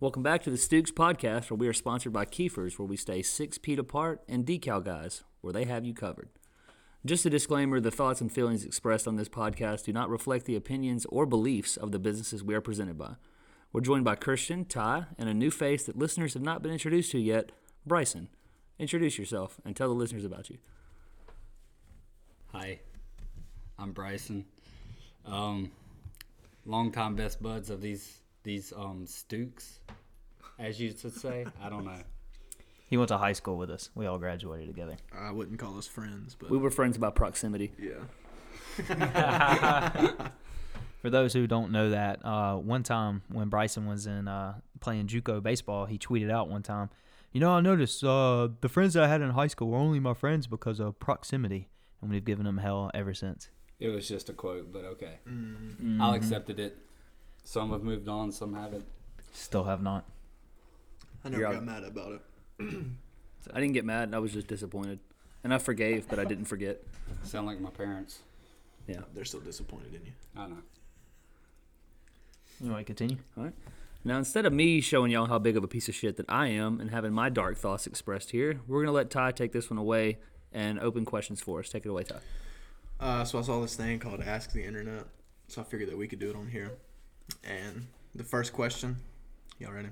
Welcome back to the Stooks podcast, where we are sponsored by Kiefer's, where we stay six feet apart, and Decal Guys, where they have you covered. Just a disclaimer the thoughts and feelings expressed on this podcast do not reflect the opinions or beliefs of the businesses we are presented by. We're joined by Christian, Ty, and a new face that listeners have not been introduced to yet, Bryson. Introduce yourself and tell the listeners about you. Hi, I'm Bryson. Um, longtime best buds of these these um Stooks, as you should say. I don't know. He went to high school with us. We all graduated together. I wouldn't call us friends, but We were friends by proximity. yeah. For those who don't know that, uh, one time when Bryson was in uh, playing JUCO baseball, he tweeted out one time, "You know, I noticed uh, the friends that I had in high school were only my friends because of proximity, and we've given them hell ever since." It was just a quote, but okay. Mm-hmm. I'll accepted it. Some have moved on, some haven't. Still have not. I never You're got out. mad about it. I didn't get mad, I was just disappointed. And I forgave, but I didn't forget. Sound like my parents. Yeah. They're still disappointed in you. I know. You want to continue? All right. Now, instead of me showing y'all how big of a piece of shit that I am and having my dark thoughts expressed here, we're going to let Ty take this one away and open questions for us. Take it away, Ty. Uh, so I saw this thing called Ask the Internet, so I figured that we could do it on here. And the first question, y'all ready?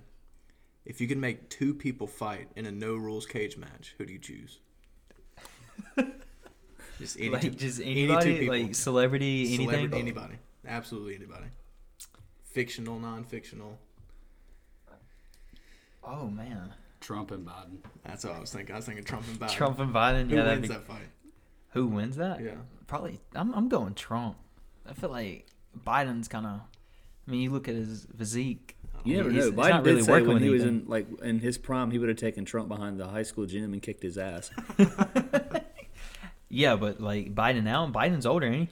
If you could make two people fight in a no rules cage match, who do you choose? Just any two, Like just any anybody, two people. like celebrity, anything. Oh. Celebrity, anybody, absolutely anybody. Fictional, non-fictional. Oh man, Trump and Biden. That's what I was thinking. I was thinking Trump and Biden. Trump and Biden. Uh, Who yeah, that'd wins be- that fight? who wins that? Yeah. probably I'm, I'm going Trump. I feel like Biden's kind of. I mean, you look at his physique. You never He's- know. it's Biden not did really say working when with he was anything. in like in his prime, he would have taken Trump behind the high school gym and kicked his ass. Yeah, but like Biden now, Biden's older, ain't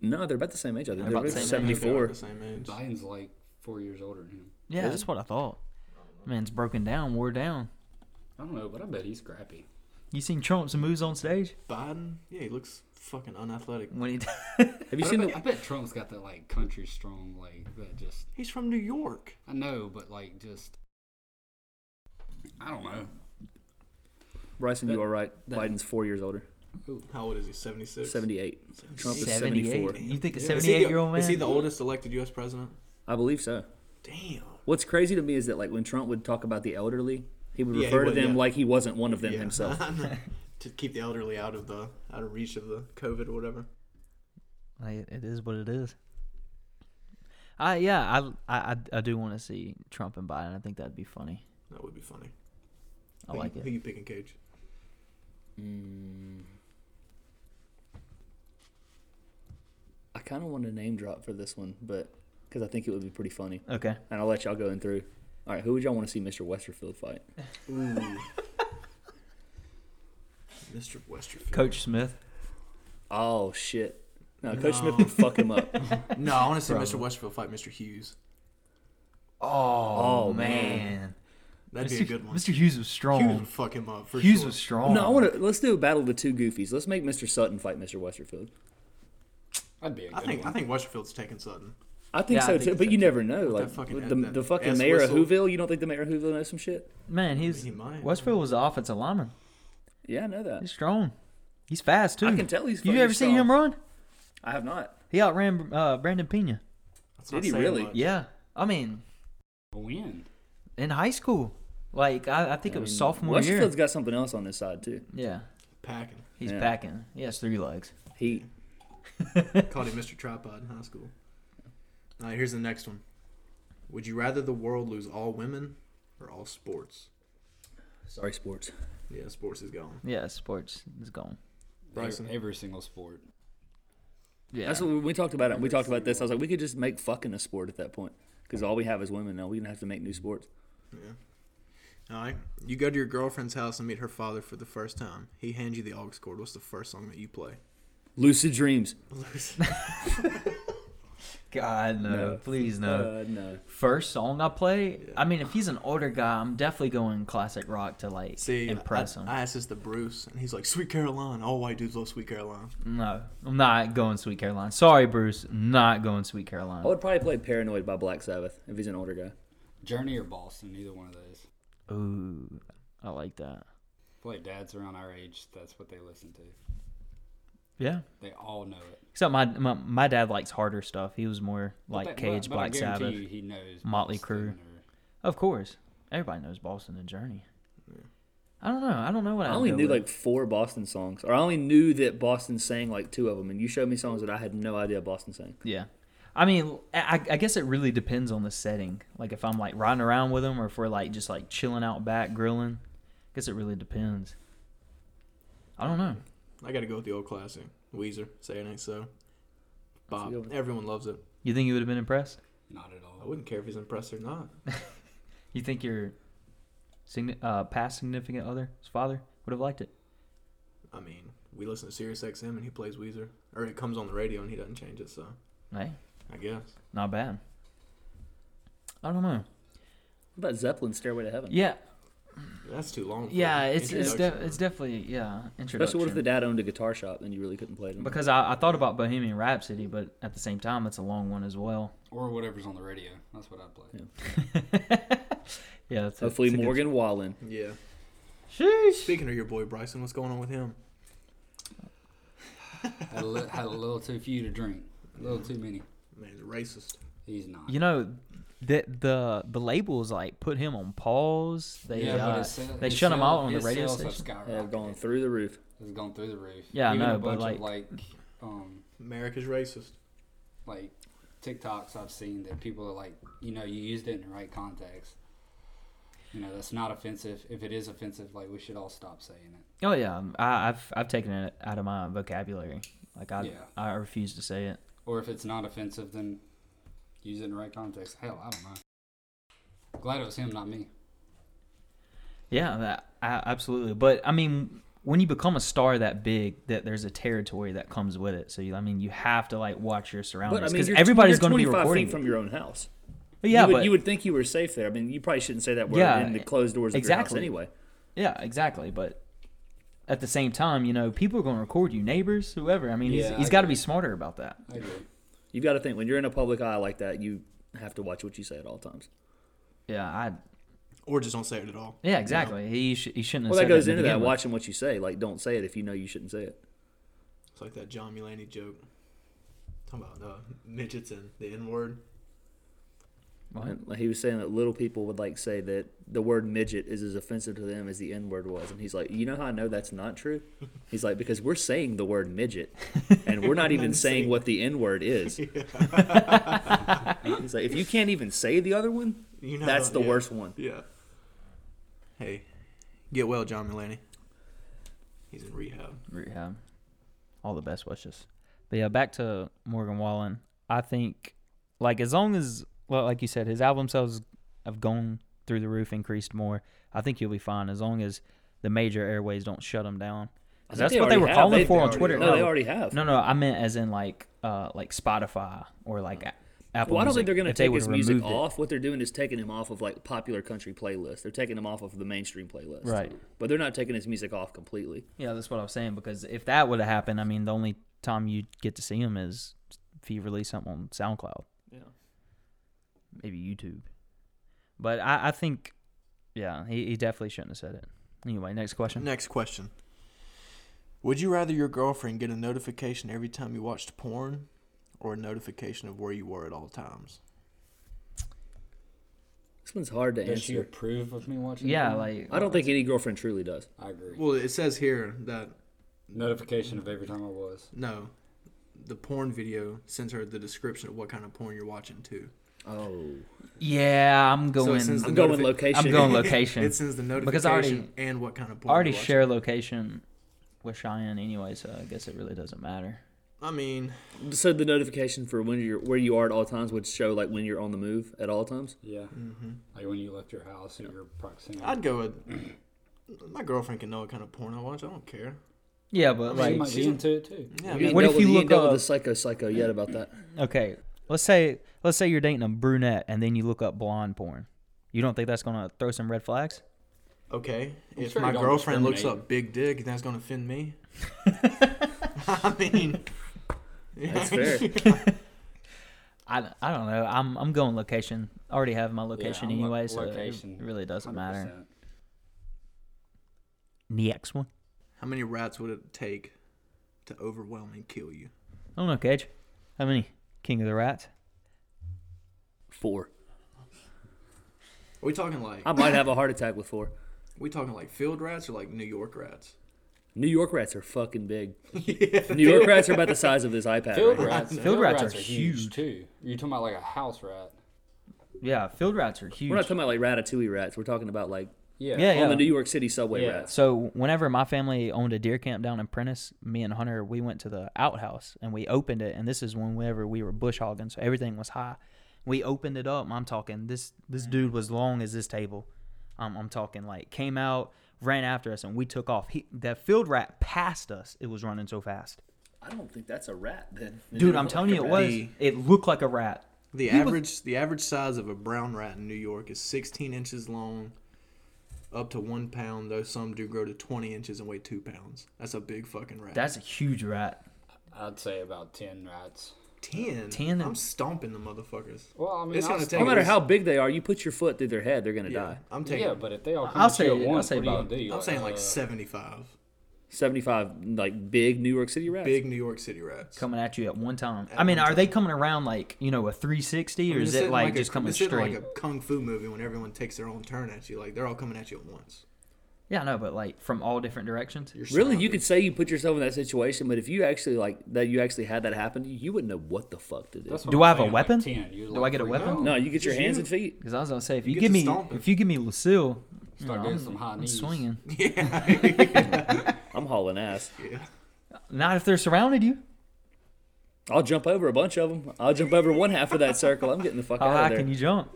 he? no, they're about the same age. I think They're they're about the both same age. They're 74. about The same age. Biden's like four years older than him. Yeah, that's what I thought. Man's broken down, wore down. I don't know, but I bet he's scrappy. You seen Trump's moves on stage Biden? Yeah, he looks fucking unathletic. when he? Have you I seen bet, the I bet Trump's got that like country strong like that just He's from New York. I know, but like just I don't know. Bryson? You That- are right. that- Biden's four years older. How old is he? 76? 78. Trump is 74. 78. You think a Yeah. Is he the- 78 year old man? Is he the oldest elected U.S. president? I believe so. Damn. What's crazy to me is that like when Trump would talk about the elderly, he would Yeah, he refer would, to them yeah. like he wasn't one of them himself. to keep the elderly out of the out of reach of the COVID or whatever. Like, it is what it is. I yeah, I I I- I do want to see Trump and Biden. I think that'd be funny. That would be funny. I Who you- like Who it. you picking, Cage? I kind of want to name drop for this one, but because I think it would be pretty funny, Okay. and I'll let y'all go in through. All right, who would y'all want to see Mr. Westerfield fight? Mr. Westerfield. Coach Smith. Oh shit! No, Coach Smith No. would fuck him up. No, I want to see Mr. Westerfield fight Mr. Hughes. Oh, Oh, man. That'd Mr. be a good one. Mr. Hughes was Hughes would strong. fuck him up for Hughes sure. was strong. No, I want to. Let's do a battle of the two goofies. Let's make Mr. Sutton fight Mr. Westerfield. I'd be a good I think one. I think Westerfield's taking Sutton. I think Yeah, I so think too, but so, you too. never know. Like fucking with ad- the, that the fucking ass mayor whistle. of Whoville. You don't think the mayor of Whoville knows some shit? Man, he's He might. Westfield was the offensive lineman. Yeah, I know that. He's strong. He's fast too. I can tell he's You fucking ever seen him run? I have not. He outran uh, Brandon Pena. That's Did not he saying really? much. Yeah, I mean a win. in high school, like I, I think it was sophomore year. Westerfield's got something else on this side too. Yeah, Packing. he's Yeah. packing. He has three legs. He Called him Mr. Tripod in high school. All right, here's the next one. Would you rather the world lose all women or all sports? sorry sports. Yeah, sports is gone. Yeah, sports is gone. Bryson. Every, every single sport. Yeah, That's what we- we talked about it. We talked about this. I was like, we could just make fucking a sport at that point because all we have is women now. We don't have to make new sports. All right. You go to your girlfriend's house and meet her father for the first time. He hands you the aux cord. What's the first song that you play? Lucid dreams. God no, No. please no. Uh, no. First song I play. I mean, if he's an older guy, I'm definitely going classic rock to like See, impress I, him. I asked this to Bruce, and he's like, "Sweet Caroline." All white dudes love Sweet Caroline. no, I'm not going Sweet Caroline. Sorry, Bruce, not going Sweet I Caroline. would probably play Paranoid by Black Sabbath if he's an older guy. Journey or Boston, either one of those. Ooh, I like that. Boy, dads around our age, that's what they listen to. Yeah. They all know it. Except my my, my dad likes harder stuff. He was more like But- but- Cage, but I Black guarantee Sabbath. you he knows Motley Boston or- Of course, everybody knows Boston and Journey. I don't know. I don't know what I, I would only go knew with. like four Boston songs, or I only knew that Boston sang like two of them, and you showed me songs that I had no idea Boston sang. Yeah. I mean, I, I guess it really depends on the setting. Like if I'm like riding around with them, or if we're like just like chilling out back grilling. I guess it really depends. I don't know. I gotta go with the old classic. Weezer, say it ain't so. Bob, good one. everyone loves it. You think you would have been impressed? Not at all. I wouldn't care if he's impressed or not. You think your signi- uh, past significant other's father would have liked it? I mean, we listen to Sirius XM and he plays Weezer, or it comes on the radio and he doesn't change it. So Hey, I guess not bad. I don't know. What about Zeppelin, Stairway to Heaven? Yeah, that's too long. for yeah. It's it's, introduction. def it's definitely yeah. Especially what if Introduction. the dad owned a guitar shop and you really couldn't play them. because I, I thought about Bohemian Rhapsody, but at the same time, it's a long one as well. Or whatever's on the radio. That's what I play. Yeah, that's a- Hopefully it's a good- Morgan Wallen. yeah. Sheesh. Speaking of your boy Bryson, what's going on with him? Had, a li- had a little too few to drink. A little too many. Man, he's a racist. He's not. You know, the the the labels like put him on pause. They Yeah, but uh, his sale- they his shut him sale- out on the his radio sales have station. They have skyrocketed. gone through the roof. It's gone through the roof. Yeah, I Even know, a but, bunch of like, um, America's racist. like TikToks I've seen that people are like, you know, you used it in the right context. You know, that's not offensive. If it is offensive, like we should all stop saying it. Oh yeah, I, I've I've taken it out of my vocabulary. Like I Yeah. I refuse to say it. Or if it's not offensive, then use it in the right context. Hell, I don't know. Glad it was him, not me. Yeah, that, I, absolutely. But I mean, when you become a star that big, that there's a territory that comes with it. So you, I mean, you have to like watch your surroundings But I mean, because you're, everybody's you're going to be 25 recording. feet it. from your own house. yeah, you would, but you would think you were safe there. I mean, you probably shouldn't say that word Yeah, in the closed doors of exactly. your house anyway. yeah, exactly. But at the same time, you know, people are going to record you, neighbors, whoever. I mean, Yeah, he's, I he's got to agree. be smarter about that. I agree. You've got to think when you're in a public eye like that, you have to watch what you say at all times. Yeah, I. Or just don't say it at all. Yeah, exactly. He sh- he shouldn't. Well, have that said goes to into that begin with. watching what you say. Like, don't say it if you know you shouldn't say it. It's like that John Mulaney joke. Talking about uh, midgets and the N word. What? And, like, he was saying that little people would like say that the word midget is as offensive to them as the N word was, and he's like, you know how I know that's not true? He's like because we're saying the word midget, and we're not even saying what the N word is. he's like, if you can't even say the other one, You know that's the yeah. worst one. Yeah. Hey, get well, John Mulaney. He's in rehab. rehab. All the best wishes. But yeah, back to Morgan Wallen. I think, like, as long as, well, like you said, his album sales have gone through the roof, increased more. I think you'll be fine as long as the major airways don't shut him down. 'Cause I think that's what they already were have. calling They- they for on already- Twitter. Oh. No, they already have. No, no, I meant as in like, uh, like Spotify or like A- Oh. Apple. Well, I don't think Music, they're going to if they take would've his music removed it. off. What they're doing is taking him off of like popular country playlists. They're taking him off of the mainstream playlist. Right. But they're not taking his music off completely. Yeah, that's what I was saying. Because if that would have happened, I mean, the only time you get to see him is if you release something on SoundCloud. Yeah. maybe YouTube. But I, I think, yeah, he, he definitely shouldn't have said it. Anyway, next question. Next question. Would you rather your girlfriend get a notification every time you watched porn or a notification of where you were at all times? This one's hard to Does she answer. approve of me watching? Yeah, it? like I don't think any girlfriend truly does. I agree. Well, it says here that Notification of every time I was. no, the porn video sends her the description of what kind of porn you're watching too. Oh. Yeah, I'm going. since the I'm going notifi- location. I'm going location. It sends the Because I already- notification and what kind of I porn. already you're watching. share location with Cheyenne anyway, so I guess it really doesn't matter. I mean, So the notification for when you're where you are at all times would show like when you're on the move at all times. Yeah. Like when you left your house and your proximity. I'd go with my girlfriend can know what kind of porn I watch. I don't care. Yeah, but she like, might be she's- into it too. Yeah, I You mean, ain't What if dealt you with, look ain't dealt up- with a psycho psycho yet about that? okay, let's say let's say you're dating a brunette and then you look up blonde porn. You don't think that's gonna throw some red flags? Okay, if sure my you don't girlfriend looks discriminate. up big dick, that's gonna offend me. I mean, That's fair. I, I don't know. I'm I'm going location. I already have my location I'm lo- anyway, so location. it really doesn't matter. 100%. Next one. How many rats would it take to overwhelm and kill you? I don't know, Cage. How many? King of the Rats. Four. Are we talking like I might have a heart attack with four. we talking like field rats or like New York rats? New York rats are fucking big. New York rats are about the size of this iPad. Field right? rats, Field field rats rats, are are, huge, huge. too. You're talking about like a house rat. Yeah, field rats are huge. We're not talking about like ratatouille rats. We're talking about like Yeah. Yeah, on the New York City subway Yeah. rats. So whenever my family owned a deer camp down in Prentice, me and Hunter, we went to the outhouse and we opened it. And this is whenever we were bush hogging, so everything was high. We opened it up. and I'm talking this this dude was long as this table. Um, I'm talking like came out, ran after us, and we took off. He, that field rat passed us. It was running so fast, I don't think that's a rat. Then, dude. I'm telling you, it was. The- It looked like a rat. The was- average the average size of a brown rat in New York is 16 inches long, up to one pound. Though some do grow to 20 inches and weigh two pounds. That's a big fucking rat. That's a huge rat. I'd say about 10 rats. ten. 10 I'm and- stomping the motherfuckers. Well, I mean, It's I'll gonna say- No take- matter how big they are, you put your foot through their head, they're gonna die. I'm taking. Yeah, but if they all come I'll at you say- at I'll once, say what are you about- gonna do? I'm saying like uh, 75 Seventy-five like big New York City rats. big New York City rats. Coming at you at one time. I mean, are they coming around like you know a 360, or You're is it sitting like, a- just coming you're sitting straight? like a kung fu movie when everyone takes their own turn at you. Like they're all coming at you at once. Yeah, I know, but like from all different directions. You're Really, you surrounded. could say you put yourself in that situation, but if you actually like that, you actually had that happen, to you you wouldn't know what the fuck to do. that's what Do I'm I have a saying, like weapon? 10. You're Do I like get a freaking weapon? out. no, you get your Just hands you. and feet. Because I was gonna say, if you, You get give to me, stomp it. if you give me Lucille, you Start know, doing I'm- some high I'm knees. swinging. I'm hauling ass. Yeah. Not if they're surrounded you. I'll jump over a bunch of them. I'll jump over one half of that circle. I'm getting the fuck How out high of there. can you jump?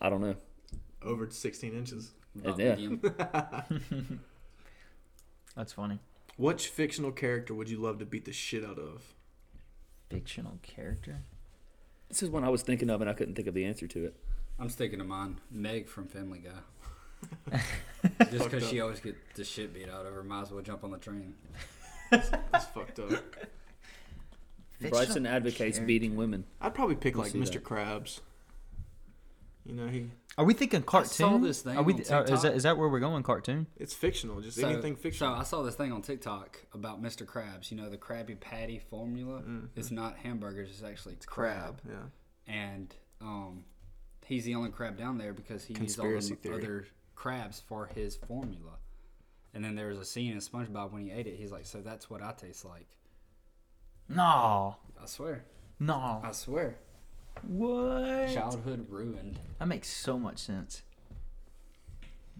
I don't know. Over 16 inches. Not Yeah. medium. That's funny. Which fictional character would you love to beat the shit out of? Fictional character. This is one I was thinking of, and I couldn't think of the answer to it. I'm sticking to mine. Meg from Family Guy. Just because she always get the shit beat out of her, might as well jump on the train. That's fucked up. Bryson advocates beating women. I'd probably pick like see Mr. that. Krabs. You know he. Are we thinking cartoon? saw this thing Are we? on th- uh, is that TikTok. is that where we're going? Cartoon. It's fictional. Just anything So fictional. I saw this thing on TikTok about Mr. Krabs. You know the Krabby Patty formula. Mm-hmm. It's not hamburgers. It's actually crab. Yeah. And um, he's the only crab down there because he used Conspiracy all the theory. other crabs for his formula. And then there was a scene in SpongeBob when he ate it. He's like, "So that's what I taste like." No, I swear. no. I swear. What? Childhood ruined. That makes so much sense.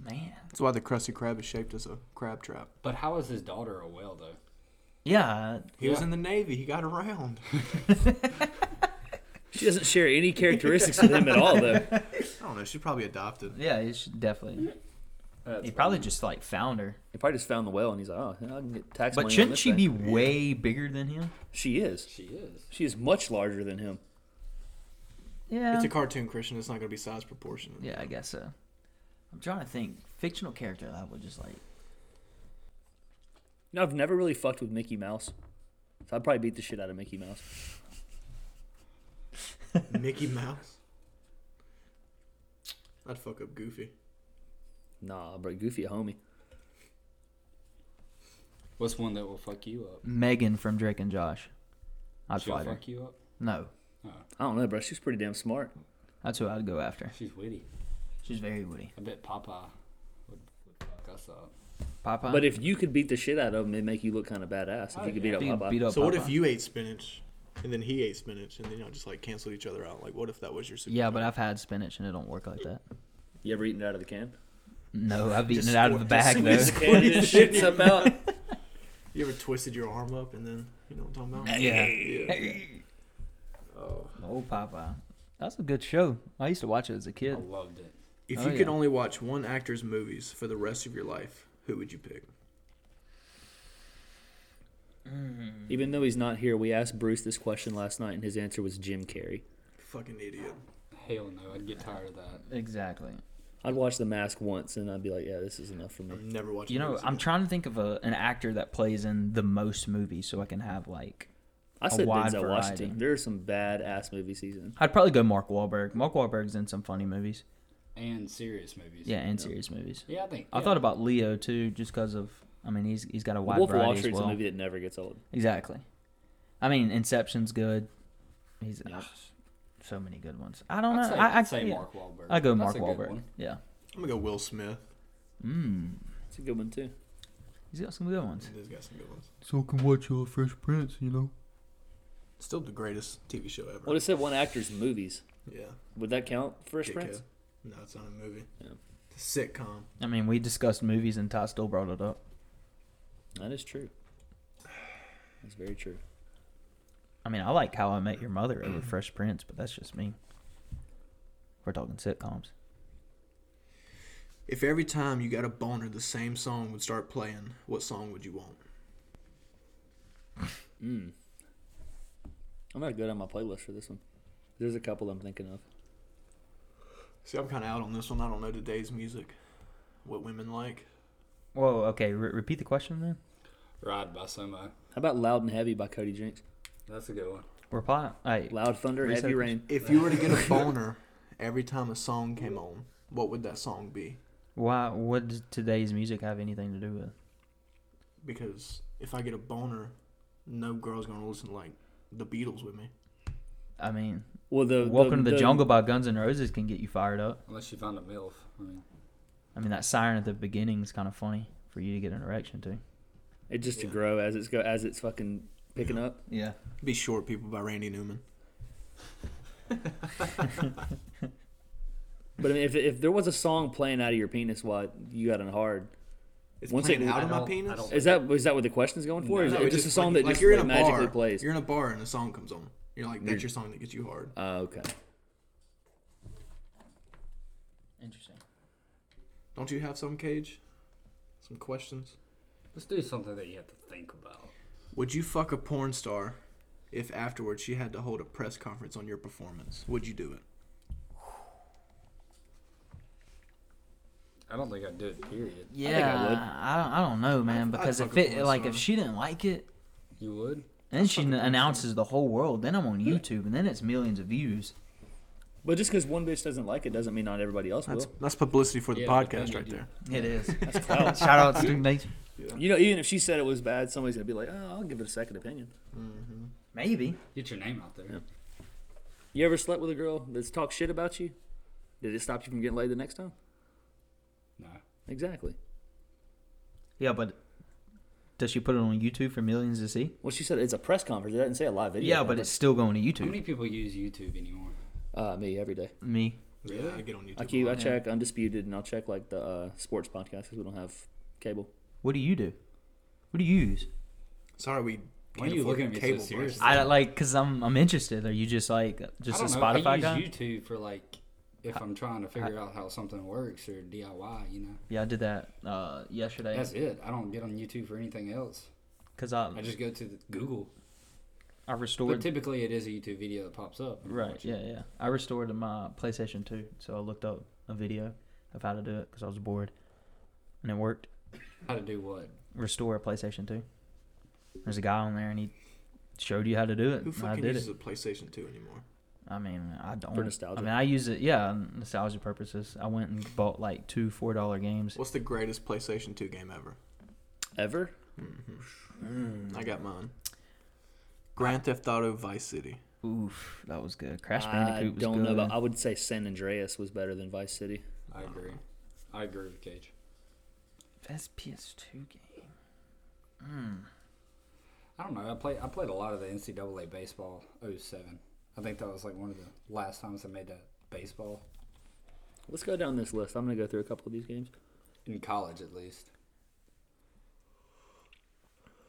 Man. That's why the Krusty Krab is shaped as a crab trap. But how is his daughter a whale though? Yeah. He was in the Navy. He got around. She doesn't share any characteristics with him at all, though. I don't know. She's probably adopted. Yeah. You should definitely. That's He probably just like found her. He probably just found the whale, and he's like, "Oh, I can get tax money." But on shouldn't this she thing." be way bigger than him? She is. She is. She is much larger than him. Yeah. It's a cartoon, Christian. It's not going to be size proportionate. Yeah, I guess so. I'm trying to think. Fictional character I would just like. You know, I've never really fucked with Mickey Mouse, so I'd probably beat the shit out of Mickey Mouse. Mickey Mouse. I'd fuck up Goofy. Nah, bro, Goofy a homie. What's one that will fuck you up? Megan from Drake and Josh. I'd She'll fight her. fuck you up. No. I don't know, bro. She's pretty damn smart. That's who I'd go after. She's witty. She's very witty. I bet Papa would, would fuck us up. Popeye. But if you could beat the shit out of him, it'd make you look kind of badass. If you could beat up Dude, Popeye, beat up So what if Popeye. you ate spinach, and then he ate spinach, and then y'all just like canceled each other out? Like, what if that was your superpower? Yeah, but I've had spinach and it don't work like that. you ever eaten it out of the can? No, I've eaten it out of the just bag though. And it shits up out. You ever twisted your arm up and then you know what I'm talking about? Yeah. Yeah. Oh, Popeye. That's a good show. I used to watch it as a I kid. loved it. If Oh, you could yeah. only watch one actor's movies for the rest of your life, who would you pick? Mm-hmm. Even though he's not here, we asked Bruce this question last night, and his answer was Jim Carrey. Fucking idiot. Hell no, I'd get tired of that. Exactly. I'd watch The Mask once, and I'd be like, "Yeah, this is enough for me." I'm never watching. You know, movies I'm again. trying to think of a, an actor that plays in the most movies so I can have like I said wide Denzel variety. Washington. There are some bad ass movies he's in. I'd probably go Mark Wahlberg. Mark Wahlberg's in some funny movies. and serious movies. Yeah, and serious movies. Yeah, I think. I thought about Leo too, just because of. I mean, he's he's got a wide Wolf of Wall variety as Street's well. a movie that never gets old. Exactly. I mean, Inception's good. He's uh, so many good ones. I don't I'd know. say, I, I I'd say yeah. Mark Wahlberg. I go That's Mark a good Wahlberg. one. Yeah. I'm gonna go Will Smith. Mm. It's a good one too. He's got some good ones. He's got some good ones. So can watch your Fresh Prince, you know. Still the greatest TV show ever. Well, it said one actor's movies. yeah. Would that count, Fresh Dickhead. Prince? No, it's not a movie. Yeah. It's a sitcom. I mean, we discussed movies, and Ty still brought it up. That is true. That's very true. I mean, I like How I Met Your Mother over Fresh Prince, but that's just me. We're talking sitcoms. If every time you got a boner, the same song would start playing, what song would you want? Mm. I'm not good on my playlist for this one. There's a couple I'm thinking of. See, I'm kind of out on this one. I don't know today's music, what women like. Whoa. Okay. Re- repeat the question, then. Ride by Sumo. How about Loud and Heavy by Cody Jinks? That's a good one. Reply. Hey, Loud Thunder, Research. Heavy Rain. If you were to get a boner every time a song came on, what would that song be? why? What does today's music have anything to do with? Because if I get a boner, no girl's gonna listen to, like the Beatles with me. I mean, Well, the Welcome to the Jungle by Guns N' Roses can get you fired up. Unless you find a MILF. I mean, I mean, that siren at the beginning is kind of funny for you to get an erection to. It just to Yeah. grow as it's go as it's fucking picking up. Yeah. Be short people by Randy Newman. But I mean, if if there was a song playing out of your penis while you got in hard, It's Once playing it- out I of my don't- I penis. don't- is that is that what the question's going for? or is No, it it's just, a song like- that like just you're like, in a magically bar. plays? You're in a bar and a song comes on. You're like, that's your song that gets you hard. Oh, okay. Interesting. Don't you have some cage? Some questions. let's do something that you have to think about. Would you fuck a porn star if afterwards she had to hold a press conference on your performance? Would you do it? I don't think I'd do it, period. Yeah. I, think I would. I don't. I don't know, man. Because fuck if a it porn like star. if she didn't like it, You would? then she announces the whole world. Then I'm on YouTube, and then it's millions of views. But just because one bitch doesn't like it doesn't mean not everybody else will. That's that's publicity for the Yeah, but then podcast you right do. there. It is. That's clout. Shout out to Duke Nation. you know, even if she said it was bad, somebody's gonna be like, "Oh, I'll give it a second opinion." Maybe. Get your name out there. Yeah. You ever slept with a girl that's talked shit about you? Did it stop you from getting laid the next time? No. Exactly. Yeah, but does she put it on YouTube for millions to see? Well, she said it's a press conference. It doesn't say a live video. Yeah, but it's still going to How YouTube. many people use YouTube anymore? uh, me every day. Me. Yeah, I get on YouTube. I keep I check undisputed and I'll check like the uh, sports podcast because we don't have cable. What do you do? What do you use? Sorry, we. Why can't are you afford looking at me so cable, bro. serious? I like because I'm I'm interested. Are you just like just I a don't know. Spotify I use guy? YouTube for like if I'm trying to figure out how something works or DIY, you know. Yeah, I did that uh, yesterday That's it. I don't get on YouTube for anything else. because I I just go to the Google. I But restored typically it is a YouTube video that pops up. and I right watch it. yeah yeah I restored my PlayStation 2, so I looked up a video of how to do it because I was bored, and it worked. How to do what? Restore a PlayStation 2. There's a guy on there and he showed you how to do it. Who and I fucking did uses it. a PlayStation 2 anymore? I mean, I don't. nostalgia. I mean, I use it. Yeah, nostalgia purposes. I went and bought like two four dollar games. What's the greatest PlayStation 2 game ever? Ever? Hmm, Mm, I got mine. Grand Theft Auto Vice City. Oof, that was good. Crash I Bandicoot was don't good. know. About, I would say San Andreas was better than Vice City. I agree. I agree with Cage. Best PS2 game. I don't know. I play. I played a lot of the NCAA baseball 07. I think that was like one of the last times I made that baseball Let's go down this list. I'm gonna go through a couple of these games. in college, at least.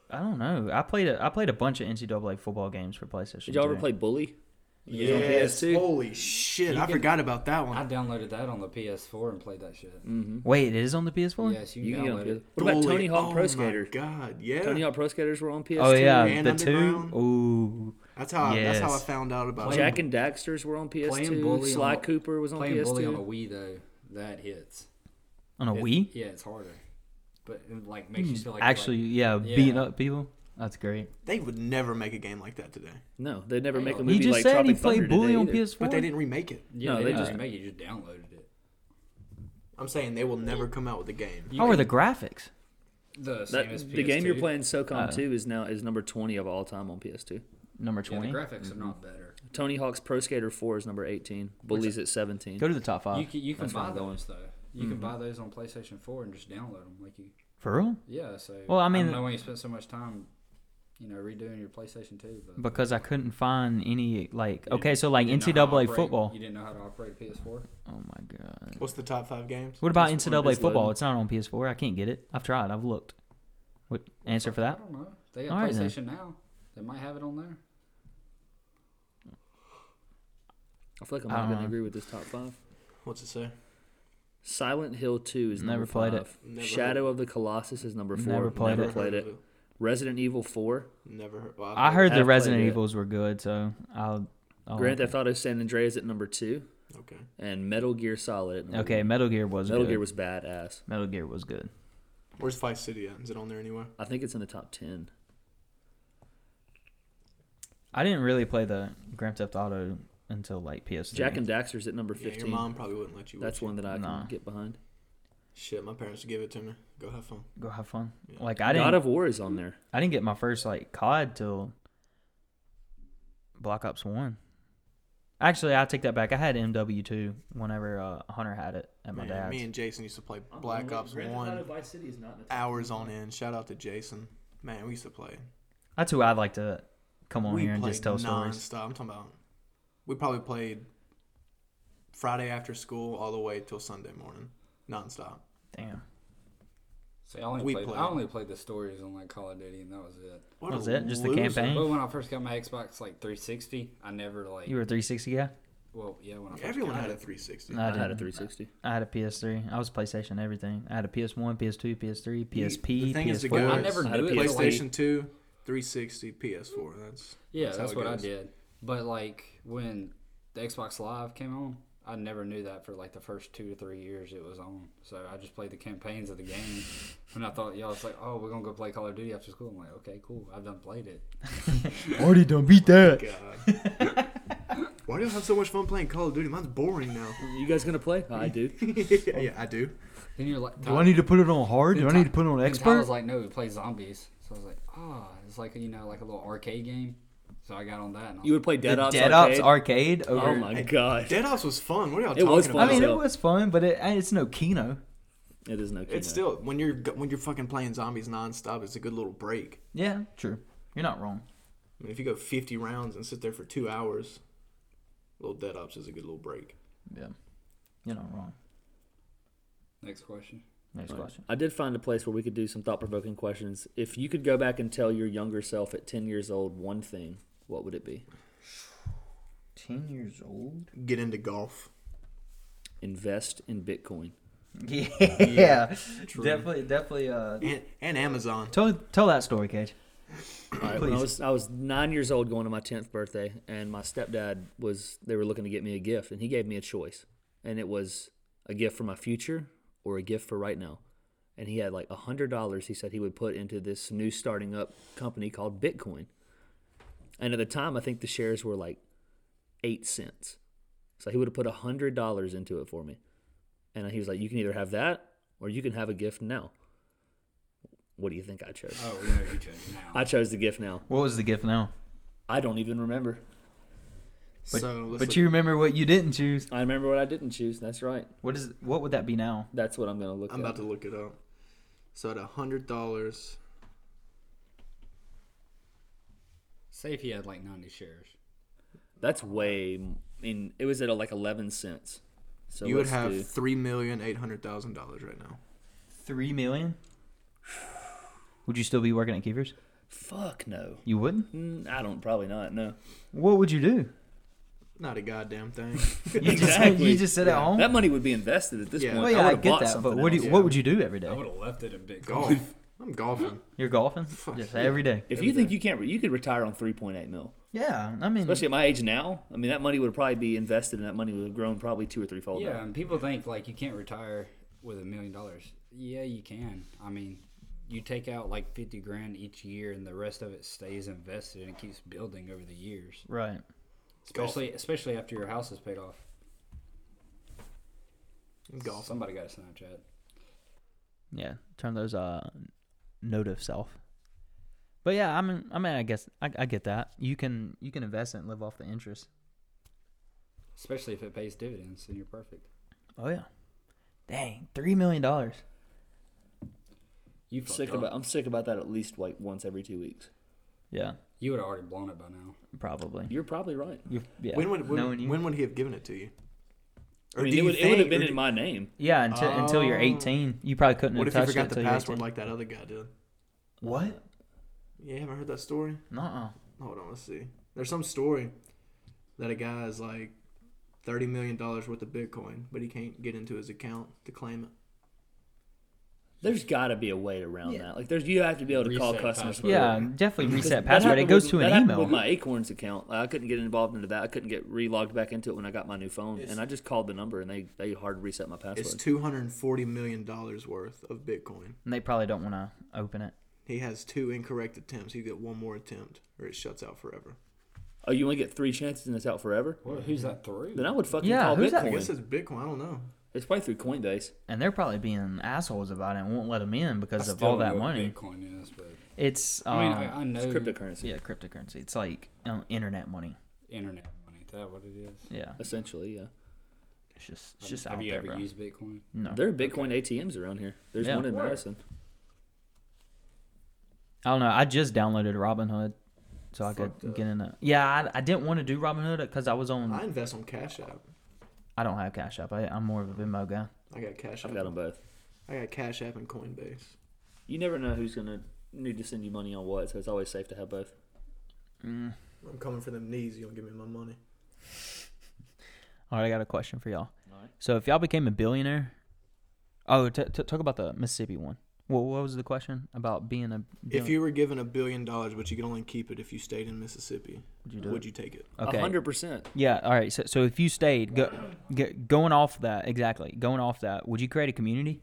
I don't know. I played a I played a bunch of NCAA football games for PlayStation. Did y'all ever 2. play Bully? Holy shit! I forgot about that one. I downloaded that on the PS4 and played that shit. Wait, it is on the PS4. Yes, you, You can can get on download PS- it. What about Bully. Tony Hawk oh Pro my Skater? God, yeah. Tony Hawk Pro Skaters were on PS2. Oh yeah, and the two. Underground. Ooh, That's how. I, that's how I Yes. found out about Jack it. and Daxter's were on PS2. Playing Bully Sly on- Cooper was on Playing Bully on a PS2. Wii though, that hits. on a It- Wii. Hmm. Yeah, it's harder, but it like makes you feel like Actually, yeah, yeah. beating up people. That's great. They would never make a game like that today. No, they'd never make a movie He just like said Tropic he played Thunder Bully today on either. PS4. But they didn't remake it. Yeah, No, they, they just just- make it. You just downloaded it. I'm saying they will never come out with a game. You How are the can- graphics? the That, same as the game you're PS2. playing, SOCOM Uh, 2, is now is number 20 of all time on PS2. Number Yeah, the 20. graphics are not better. Tony Hawk's Pro Skater 4 is number 18. Bully's at 17. Go to the top five. you can you can That's where buy I'm going. those though. You can buy those on PlayStation Four and just download them. Like you, For real? yeah. So Well, I mean- don't know why you spent so much time, you know, redoing your PlayStation Two, but Because I couldn't find any like. you Okay, didn't- so like you didn't know how to NCAA operate- football. You didn't know how to operate a PS4. Oh my god. What's the top five games? What about That's the one NCAA that's football? loading. It's not on PS4. I can't get it. I've tried. I've looked. What answer for I that? don't know. They got All right, then. PlayStation now. They might have it on there. I feel like I'm I not don't going to know. agree with this top five. What's it say? Silent Hill 2 is Never number played it. five. Never Shadow of the Colossus is number four. Never played Never it. played heard of it. Resident Evil 4. Never heard. Well, I've I heard I've the played Resident it. Evils were good, so I'll. I'll Grand Theft Auto San Andreas at number two. Okay. And Metal Gear Solid at number Okay, one. Metal Gear was Metal good. Gear was badass. Metal Gear was good. Where's Vice City at? Is it on there anywhere? I think it's in the top 10. I didn't really play the Grand Theft Auto until like PS3. Jack and Daxter's at number Yeah, 15. your mom probably wouldn't let you. That's would one that I can Nah. get behind. she? Shit, my parents would give it to me. Go have fun. go have fun. Yeah. Like I God didn't. of War is on there. I didn't get my first like COD till Black Ops One. Actually, I take that back. I had MW two whenever uh, Hunter had it at my Man, dad's. me and Jason used to play Oh, Black Ops One hours on end. Shout out to Jason. Man, we used to play. That's who I'd like to come on we here and played just tell stories. nonstop. I'm talking about. We probably played Friday after school all the way till Sunday morning, nonstop. Damn. So I only We played. played I it. only played the stories on like Call of Duty, and that was it. What Was a it? Just the loser. campaign? But when I first got my Xbox like 360, I never like. You were a 360 guy? well, yeah. When I first Everyone got had a it. 360. No, I I, had a didn't. 360. I had a PS3. I was PlayStation everything. I had a PS1, PS2, PS3, PSP, the thing PS4. is to go- I never I had a knew it. was, like- PlayStation 2, 360, PS4. That's Yeah, That's that's, how it what I goes. did. But like when the Xbox Live came on, I never knew that for like the first two to three years it was on. So I just played the campaigns of the game. When I thought, y'all, it's like, oh, we're gonna go play Call of Duty after school. I'm like, okay, cool. I've done played it. Already done beat that. God. Why do you have so much fun playing Call of Duty? Mine's boring now. You guys gonna play? I do. yeah, I do. Then you're like, Do I need to put it on hard? Do I need to put it on I was expert? like, no, we play zombies. So I was like, ah, it's like you know, like a little arcade game. So I got on that. And I You was would play Dead The Ops. Dead Ops Arcade? Arcade. Oh over- my god, Dead Ops was fun. What are y'all It talking was I fun. about? mean, it So- was fun, but it, it's no Kino. it is no. Kino. It's still when you're when you're fucking playing zombies nonstop. It's a good little break. Yeah, true. You're not wrong. I mean, if you go 50 rounds and sit there for two hours, little Dead Ops is a good little break. Yeah. You're not wrong. like, next question. Next question. I did find a place where we could do some thought provoking questions. If you could go back and tell your younger self at 10 years old one thing, what would it be? 10 years old? Get into golf. Invest in Bitcoin. Yeah. true. Definitely, definitely. Uh, and, and Amazon. tell, tell that story, Cage. All right, when I Please. was I was nine years old going to my tenth birthday, and my stepdad was they were looking to get me a gift, and he gave me a choice, and it was a gift for my future or a gift for right now, and he had like a hundred dollars. He said he would put into this new starting up company called Bitcoin, and at the time I think the shares were like eight cents, so he would have put a hundred dollars into it for me, and he was like, "You can either have that or you can have a gift now." What do you think I chose? Oh, we know you chose now. I chose the gift now. What was the gift now? I don't even remember. But, so but let's look- you remember what you didn't choose. I remember what I didn't choose. That's right. What is? What would that be now? That's what I'm gonna look. I'm at. about to look it up. So at a hundred dollars, Say if he had like 90 shares. That's way. I mean, it was at like 11 cents. So you would let's have do- three million eight hundred thousand dollars right now. Three million. Would you still be working at Keepers? Fuck no. You wouldn't. Mm, I don't. Probably not. No. What would you do? Not a goddamn thing. You just- Exactly. you just sit at home. That money would be invested at this Yeah. point. Oh. well, yeah, I, would've get bought that, but something what do else. you, what would you do every I day? would have left it in Bitcoin. golf. I'm golfing. You're golfing, Fuck just yeah. every day. If you think you can't, re- you could retire on 3.8 Hmm. mil. Yeah, I mean, Especially at my age now. I mean, that money would probably be invested, and that money would have grown probably two or three fold. Yeah, and people think like you can't retire with a million dollars. Yeah, you can. I mean, you take out like fifty grand each year, and the rest of it stays invested and it keeps building over the years. Right. Especially, especially after your house is paid off. Golf. Somebody got a Snapchat. Yeah. Turn those uh note of self. But yeah, I mean, I mean, I guess I, I get that. You can you can invest it and live off the interest. Especially if it pays dividends, then you're perfect. Oh yeah. Dang, three million dollars. You I'm fucked sick up. about I'm sick about that at least like once every two weeks. Yeah, You would have already blown it by now. probably. You're probably right. You, yeah. When would Knowing when, you. when would he have given it to you? I mean, do it you would, it would have think- been or in do- my name. Yeah, until until you're Oh. 18, you probably couldn't What if have touched he it forgot the until you're password 18. like that other guy did? What? Yeah, haven't heard that story. Uh-uh. Hold on, let's see. There's some story that a guy is like thirty million dollars worth of Bitcoin, but he can't get into his account to claim it. There's got to be a way around that. Like there's you have to be able to call Reset customers. password. for- Yeah, definitely 'cause reset that password. It happened goes with- to that an happened email. With my Acorns account, I couldn't get involved into that. I couldn't get relogged back into it when I got my new phone, It's- and I just called the number and they they hard reset my password. It's two hundred and forty million dollars worth of Bitcoin. and they probably don't want to open it. He has two incorrect attempts. You get one more attempt, or it shuts out forever. oh, you only get three chances and it's out forever. What, who's that through? Then I would fucking Yeah, call who's that? I Bitcoin. guess it's Bitcoin. I don't know. It's probably through Coinbase. And they're probably being assholes about it and won't let them in I because of still all don't that know what money. Bitcoin is, but It's um, I mean, I, I know It's cryptocurrency, yeah, cryptocurrency. It's like um, internet money. internet money. Is that what it is? Yeah, essentially. Yeah, it's just it's just Have out you there, ever bro. used Bitcoin? no, there are Bitcoin ATMs around here. There's Yeah. one in Where? Madison. I don't know. I just downloaded Robinhood, so I could Fucked up. get in. A, yeah, I, I didn't want to do Robinhood because I was on. I I, invest on Cash App. don't have Cash App. I, I'm more of a Venmo guy. I got Cash App. I've got them both. I got Cash App and Coinbase. You never know who's gonna need to send you money on what, so it's always safe to have both. Mm. I'm coming for them knees. You don't give me my money. All right, I got a question for y'all. All right. So if y'all became a billionaire, oh, t- t- talk about the Mississippi one. Well, what was the question about being a? If billion- you were given a billion dollars, but you could only keep it if you stayed in Mississippi, Would you do would it? you take it? A hundred percent. Yeah. All right. So, so if you stayed, go, go, going off that exactly, going off that, would you create a community?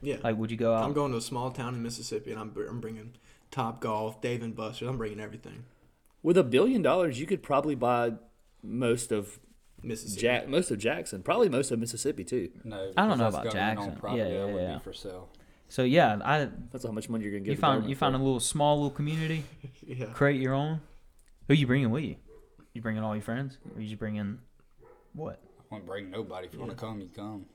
Yeah. Like, would you go out? I'm going to a small town in Mississippi, and I'm, br- I'm bringing Top Golf, Dave and Buster's. I'm bringing everything. With a billion dollars, you could probably buy most of Mississippi. Jack, most of Jackson, probably most of Mississippi too. No. I don't know because about that's government-owned Jackson. property, Yeah, that yeah, would yeah. Be for sale. so yeah, I That's how much money you're gonna get. you found you found a little small little community, Yeah. create your own. Who you bringing with you? You bringing all your friends, or you just bringing what? I wouldn't bring nobody. If you want to come, you come.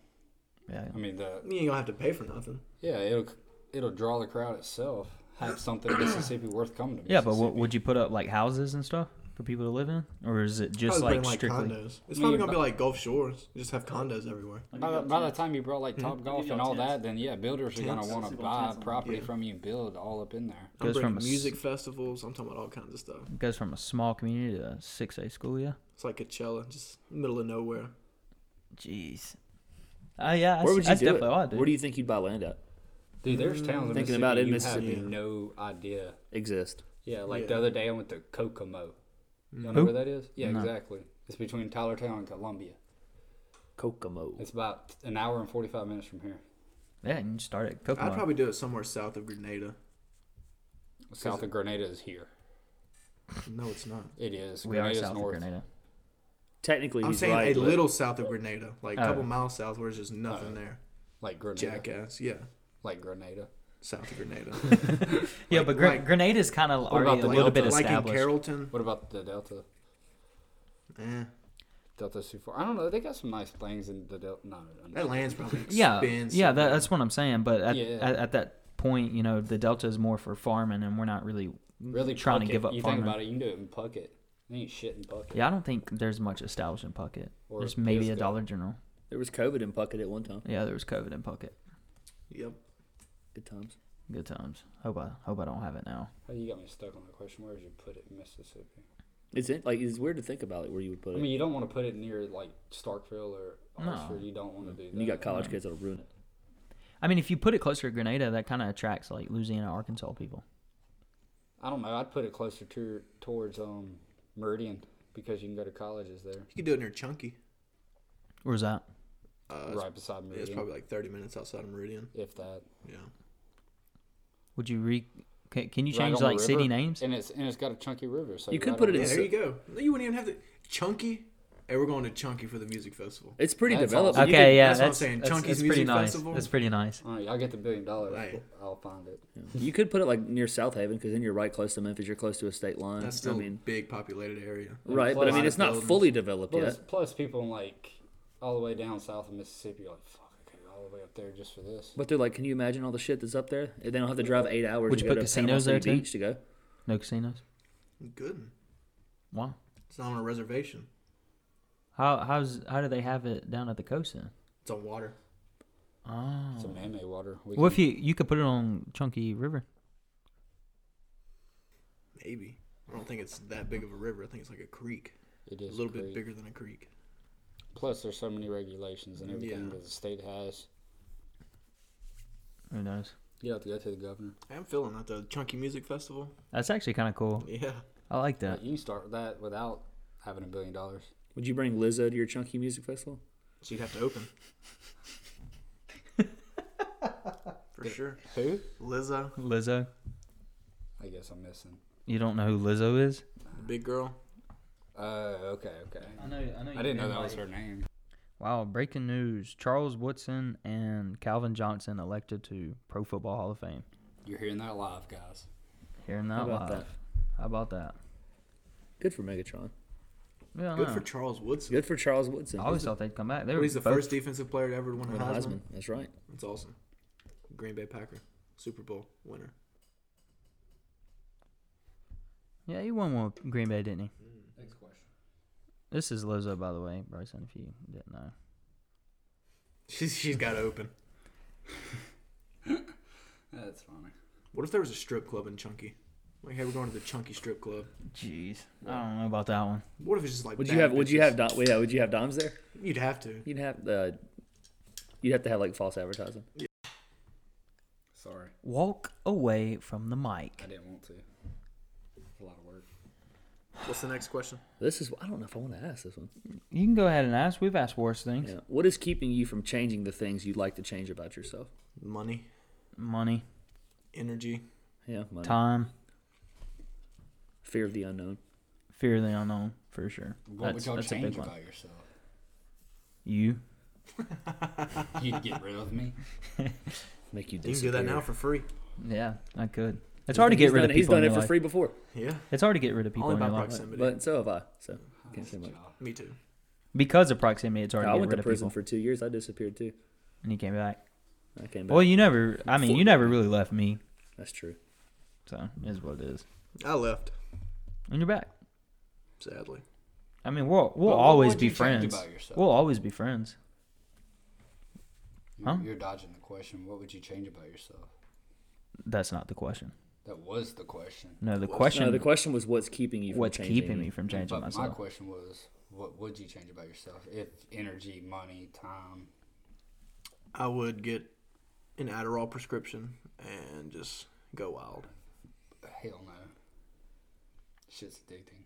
Yeah. I mean, the You ain't gonna have to pay for nothing. yeah, it'll it'll draw the crowd itself. Have something in Mississippi worth coming to. Yeah, but Mississippi. what, would you put up like houses and stuff for people to live in, or is it just Probably like bring, strictly? condos. It's probably Yeah, gonna but- be like Gulf Shores. Just have condos everywhere. By the, by the time you brought like Top Golf and all that, then yeah, builders are gonna Tents. want to buy property Yeah. from you and build all up in there. I'm Goes from bringing a s- music festivals. I'm talking about all kinds of stuff. It goes from a small community to a six A school. Yeah. It's like Coachella, just middle of nowhere. Jeez. Oh yeah. That's, Where would you that's do it? definitely what I'd do. Where do you think you'd buy land at? Dude, there's towns Thinking in Mississippi about it, you Mississippi. have no idea. Exist. Yeah, like Yeah. the other day I went to Kokomo. You know Who? where that is? Yeah, No. exactly. It's between Tylertown and Columbia. Kokomo. It's about an hour and forty five minutes from here, Yeah, you can start at Kokomo. I'd probably do it somewhere south of Grenada. south of Grenada. Is here. No, it's not. It is. we are Grenada's south north. of Grenada. Technically, I'm he's saying right. a but little south of Grenada, like a Oh. couple miles south, where there's just nothing Oh. there. Like Grenada. Jackass, yeah, Like Grenada. south of Grenada. Yeah, Like- but Gre- like- Grenada's kind of already about a the little bit Delta? like in established. Carrollton. What about the Delta? Eh, Delta's too far. I don't know. They got some nice things in the Delta. No, no, no. that land's probably yeah, expensive. yeah, that, that's what I'm saying. But at, Yeah. at, at that point, you know, the Delta is more for farming, and we're not really Really trying to Puckett. give up You farming. think about it. You can do it in Puckett. There ain't shit in Puckett. Yeah, I don't think there's much established in Puckett. Or There's maybe a Pisgah. Dollar General. there was COVID in Puckett at one time. Yeah, there was COVID in Puckett. Yep. Good times. Good times. Hope I hope I don't have it now. Hey, Oh, you got me stuck on the question. Where would you put it in Mississippi? It's in, like it's weird to think about like where you would put I it. mean, you don't want to put it near like Starkville or No. Oxford. You don't want to do that. and you got college kids that'll ruin it. I mean, if you put it closer to Grenada, that kind of attracts like Louisiana, Arkansas people. I don't know. I'd put it closer to towards um Meridian because you can go to colleges there, You could do it near Chunky. Where's that? Uh, it's- right beside It's Meridian, probably like 30 minutes outside of Meridian. if that. Yeah. Would you re? Can, can you Right change on the like city river, names? And it's and it's got a chunky river. So You could right put on it the- in- there you go. No, You wouldn't even have to. Chunky. Hey, we're going to Chunky for the music festival. It's pretty That's developed. awesome. You Okay, yeah, that's that's, what I'm saying. that's- Chunky's that's pretty Music nice. Festival. That's pretty nice. All right, I'll get the billion dollars. Hey. I'll find it. could- You could put it like near South Haven because then you're right close to Memphis. You're close to a state line. That's still I mean, a big populated area. right, but I plus- mean it's not buildings. fully developed Plus, yet. plus people in like all the way down south of Mississippi are like, fuck, I could go all the way up there just for this. But they're like, can you imagine all the shit that's up there? They don't have to drive eight hours. Would to you go put to casinos Panama there, City too? Beach to go. No casinos. Good. Wow. It's not on a reservation. How how's how do they have it down at the coast then? It's on water. Oh. It's a man-made water. We Well, if can- you you could put it on Chunky River. Maybe. I don't think it's that big of a river. I think it's like a creek. it a is little great. bit bigger than a creek. Plus, there's so many regulations and everything Yeah. that the state has. Who knows? You have to go to the governor. I'm feeling that the Chunky Music Festival. That's actually kind of cool. Yeah. I like that. But you can start with that without having a billion dollars. Would you bring Lizzo to your Chunky Music Festival? So you'd have to open. For sure. Who? Lizzo, Lizzo. I guess I'm missing. You don't know who Lizzo is? the big girl. Oh, okay, okay. know. I know. I didn't know that was her name. Wow! Breaking news: Charles Woodson and Calvin Johnson elected to Pro Football Hall of Fame. You're hearing that live, guys. Hearing that How about live. that? How about that? Good for Megatron. Yeah, I Good know. for Charles Woodson. Good for Charles Woodson. I always thought they'd come back. They were He's the both- first defensive player to ever win a Win a Heisman. Heisman. That's right. That's awesome. Green Bay Packer, Super Bowl winner. Yeah, he won one with Green Bay, didn't he? Next question. This is Lizzo, by the way, Bryson. If you didn't know, She's, she's got open. That's funny. What if there was a strip club in Chunky? Like, hey, we're going to the Chunky strip club. jeez, I don't know about that one. What if it's just like? Would bad you have? Would you bitches? have? Dom, yeah. Would you have Dom's there? You'd have to. You'd have. Uh, you'd have to have like false advertising. Sorry, Walk away from the mic. I didn't want to. It's a lot of work. What's the next question? This is. I don't know if I want to ask this one. You can go ahead and ask. We've asked worse things. Yeah. What is keeping you from changing the things you'd like to change about yourself? Money, Money, energy. Yeah. Money. time, Fear of the unknown. fear of the unknown, for sure. What would y'all a big change one. about yourself? You. You'd get rid of me. Make you. You can do that now for free. Yeah, I could. It's hard to get rid of people. He's done in it your for life. free before, Yeah. It's hard to get rid of people Only in by your life. proximity. but so have I. So can't say Good much. job. Me too. Because of proximity, it's hard I to get went rid to of prison for people. two years. I disappeared too. and you came back. I came back. Well, you never. I mean, you never really left me. That's true. So it is what it is. I left, And you're back. sadly. I mean, we'll we'll But what always would be you change friends. about yourself? We'll always be friends. You're, Huh? you're dodging the question. What would you change about yourself? That's not the question. That was the question. No, the question. No, the question was what's keeping you from what's changing? keeping me from changing But my myself? question was, what would you change about yourself? If energy, money, time, I would get an Adderall prescription and just go wild. hell no. Shit's addicting.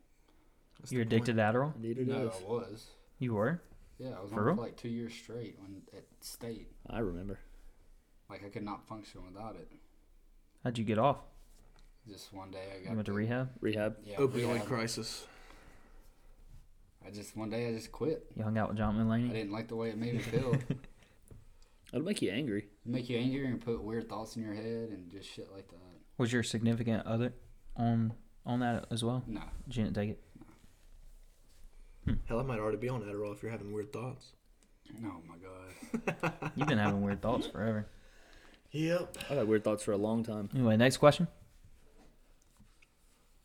That's You're the point. addicted to Adderall. Indeed it No, is. I was. You were. Yeah, I was For on it real? for like two years straight when at state. I remember. Like I could not function without it. How'd you get off? Just one day I got You went to the- rehab. Rehab. Yeah, Opioid rehab. crisis. I just one day I just quit. You hung out with John I Mulaney. didn't like the way it made me feel. It'd It'll make you angry. make you angry and put weird thoughts in your head and just shit like that. Was your significant other on on that as well? No. She didn't take it. Hell, I might already be on Adderall if you're having weird thoughts. Oh my god. You've been having weird thoughts forever. Yep. I've had weird thoughts for a long time. Anyway, next question.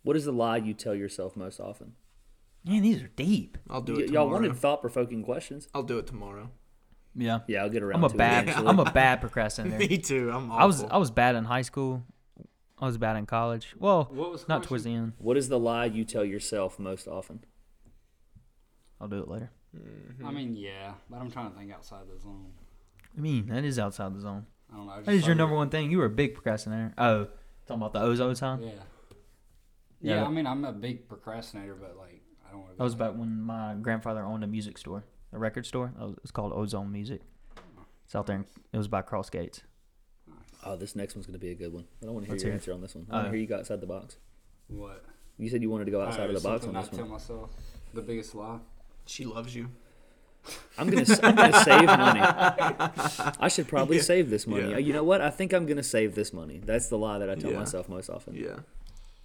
What is the lie you tell yourself most often? Man, these are deep. I'll do Y- it y'all tomorrow. wanted thought provoking questions. I'll do it tomorrow. Yeah. Yeah, I'll get around. I'm a to it bad. eventually. I'm a bad procrastinator. Me too. I'm awful. I was I was bad in high school. I was bad in college. Well, What was the not towards the end. What is the lie you tell yourself most often? I'll do it later. Hmm. I mean, yeah, but I'm trying to think outside the zone. I mean, that is outside the zone. I don't know. I That is just your thought- number one thing. You were a big procrastinator. Oh, talking about the ozone time. Yeah. Yeah, Yeah, that- I mean, I'm a big procrastinator, but like, I don't want to. That was back when my grandfather owned a music store, a record store. It was called Ozone Music. It's out there. In, it was by Crossgates. Oh, this next one's going to be a good one. I don't want to hear Let's your hear it. answer on this one. I want to Oh. hear you go outside the box. What? You said you wanted to go outside uh, Alright, of the box on something this I one. tell myself the biggest lie. She loves you. I'm gonna I'm gonna save money. I should probably save this money. Yeah. You know what? I think I'm gonna save this money. That's the lie that I tell Yeah. myself most often. Yeah.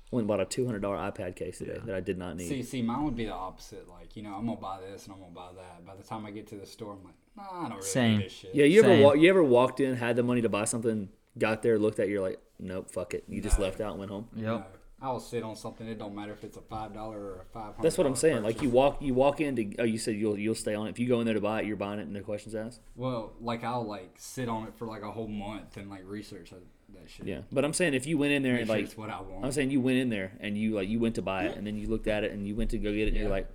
Went and bought a two hundred dollar iPad case today Yeah. that I did not need. See, see, mine would be the opposite. Like, you know, I'm gonna buy this and I'm gonna buy that. By the time I get to the store, I'm like, nah, I don't really Same. need this shit. yeah, you ever Same. wa- you ever walked in, had the money to buy something, got there, looked at, it, you're like, nope, fuck it. You just No. left out and went home. Yep. No, I'll sit on something. It don't matter if it's a five dollar or a five hundred. That's what I'm saying. Like you walk you walk into oh you said you'll you'll stay on it. If you go in there to buy it, you're buying it, no questions asked. Well, like I'll like sit on it for like a whole month and like research that, that shit. Yeah. But I'm saying if you went in there Make and sure like it's what I want. I'm saying you went in there and you like you went to buy it and then you looked at it and you went to go get it and you're Yeah. like,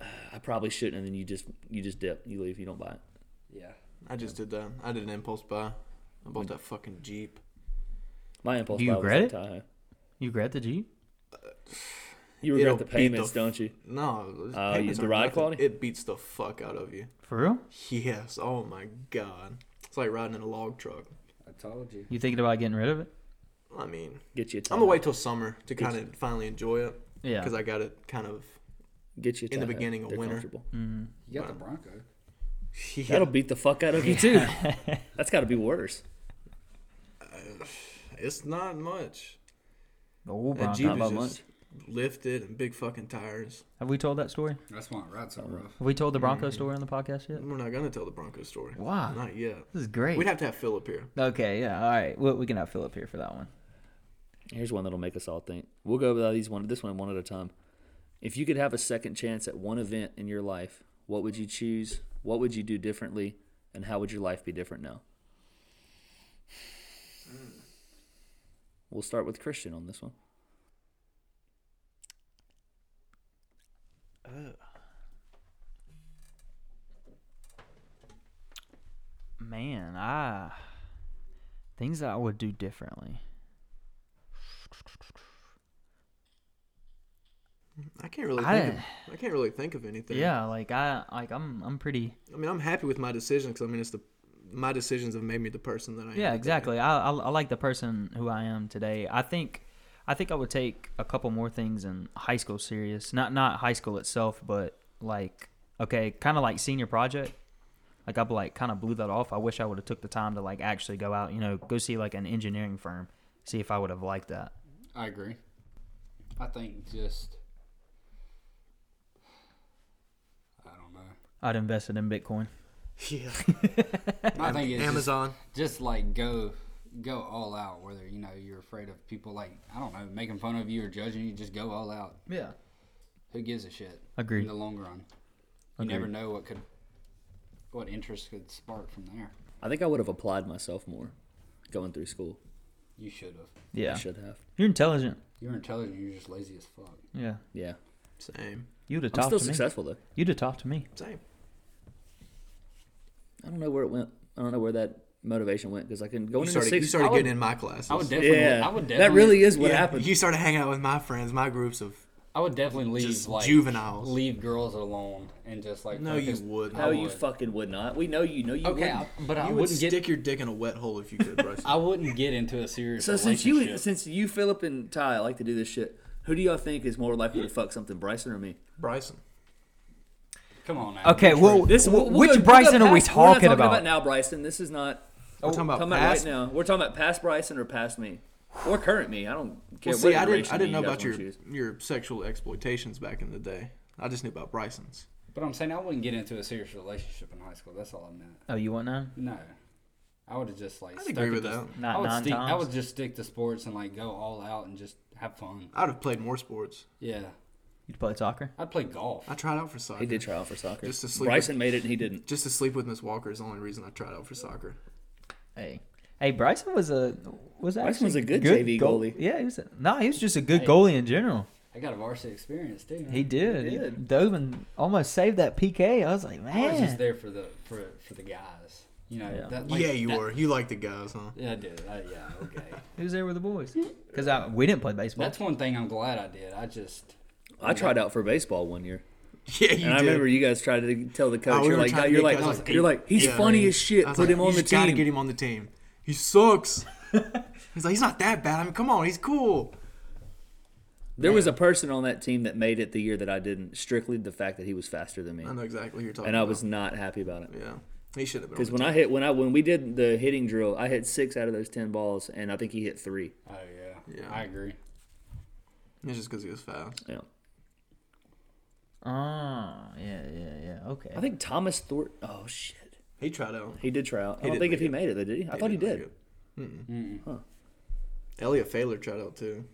"Ah, I probably shouldn't. And then you just you just dip, you leave, you don't buy it. yeah. I just did that. I did an impulse buy. I bought that fucking Jeep. My impulse Do you buy was regret that it? Tahoe. You regret the Jeep? You regret It'll the beat payments, the- don't you? No, those Oh, you- payments the aren't ride nothing. quality? It beats the fuck out of you. For real? Yes. Oh my god. It's like riding in a log truck. I told you. You thinking about getting rid of it? I mean, Get you a I'm Tahoe. gonna wait till summer to kind of finally enjoy it Yeah. because I got it kind of. Get you a in the Tahoe. beginning Mm-hmm. of They're winter. comfortable. You got the Bronco. Yeah. That'll beat the fuck out of you too. That's got to be worse. It's not much. Oh, That Bronco. Jeep by is much. just lifted and big fucking tires. Have we told that story? That's why it rides so rough. Have we told the Bronco story on the podcast yet? We're not gonna tell the Bronco story. Why? Not yet. This is great. We'd have to have Philip here. okay, yeah, all right. We, we can have Philip here for that one. Here's one that'll make us all think. We'll go about these one this one one at a time. If you could have a second chance at one event in your life, what would you choose? What would you do differently? And how would your life be different now? We'll start with Christian on this one. Man, I things that I would do differently. I can't really. I Think of, I can't really think of anything. Yeah, like I like I'm I'm pretty. I mean, I'm happy with my decision because I mean, it's the my decisions have made me the person that I am. Yeah, today. exactly. I, I I like the person who I am today. I think I think I would take a couple more things in high school serious. Not not high school itself, but like okay, kind of like senior project. Like I like kind of blew that off. I wish I would have took the time to like actually go out, you know, go see like an engineering firm, see if I would have liked that. I agree. I think just. I don't know. I'd invested in Bitcoin. Yeah. I think it's just- Amazon. just like go go all out whether you know you're afraid of people like i don't know making fun of you or judging you just go all out Yeah. who gives a shit Agreed. in the long run you never Agreed. know what could what interest could spark from there I think I would have applied myself more going through school. you should have I Yeah. should have. You're intelligent. you're intelligent you're just lazy as fuck Yeah. Yeah. Same. You'd have I'm talked still to me. successful though. You'd have talked to me. Same. I don't know where it went. I don't know where that motivation went because I can go You into started, you sixth. started I would- getting in my classes. i would definitely yeah, i would definitely that really is what Yeah, happened. You started hanging out with my friends, my groups of. i would definitely leave Just like juveniles. leave girls alone and just like No, you focus- wouldn't. I no, you would. fucking would not. We know you. No, you okay wouldn't. I, but i you would wouldn't stick get your dick in a wet hole if you could, Bryson. i wouldn't get into a serious So since relationship you, since you, Philip and Ty like to do this shit, who do y'all think is more likely to fuck something, Bryson or me? Bryson. come on now Okay, You're well, true. This wh- we'll which go- we'll go Bryson are we past- we're not talking, talking about? now, Bryson? This is not Oh, We're talking about talking about right now. We're talking about past Bryson or past me or current me. I don't care. Well, see, what I didn't, iteration I didn't you know guys about wanna your choose. your sexual exploitations back in the day. I just knew about Bryson's. but i'm saying i wouldn't get into a serious relationship in high school that's all i meant Oh, you want now? No, I would have just like. I'd stuck agree at with this- that. Not I would nine stick, I times. would just stick to sports and like go all out and just have fun. I'd have played more sports. Yeah, You'd play soccer? I'd play golf. I tried out for soccer. He did try out for soccer. Just to sleep Bryson made it and he didn't. Just to sleep with Miss Walker is the only reason I tried out for soccer. Hey. Hey, Bryson was a was actually Bryson was a good JV goal- goalie. Yeah, he was. A, no, he was just a good Hey. goalie in general. I got a varsity experience too. man. He did. He He did. dove and almost saved that PK. I was like, I was just man. there for the for for the guys. You know. Yeah. That, like, yeah, you that- were. You liked the guys, huh? Yeah, I did. I, yeah, okay. He was there with the boys. Because we didn't play baseball. That's one thing I'm glad I did. I just I tried out for baseball one year, Yeah, you and I did. Oh, remember you guys tried to tell the coach, we "You're were like, trying to you're get guys like, like you're eight- like, he's yeah. funny as shit. I was Put like, him "You on the just Gotta team." get him on the team. He sucks. He's like, he's not that bad. I mean, come on, he's cool. There was a person on that team that made it the year that I didn't, strictly the fact that he was faster than me, I know exactly who you're talking and I about. was not happy about it. Yeah. He should have been. on Because when the I hit when I when we did the hitting drill, I hit six out of those ten balls, and I think he hit three. Oh yeah. Yeah. I agree. team. It's just because he was fast. Yeah, Ah, yeah, yeah, yeah. Okay. I think Thomas Thornton. Oh shit, He tried out. he did try out. I don't did think make if he it. made it, though, did he? I thought he didn't did. make it. Mm-mm. Elliot Faylor tried out too.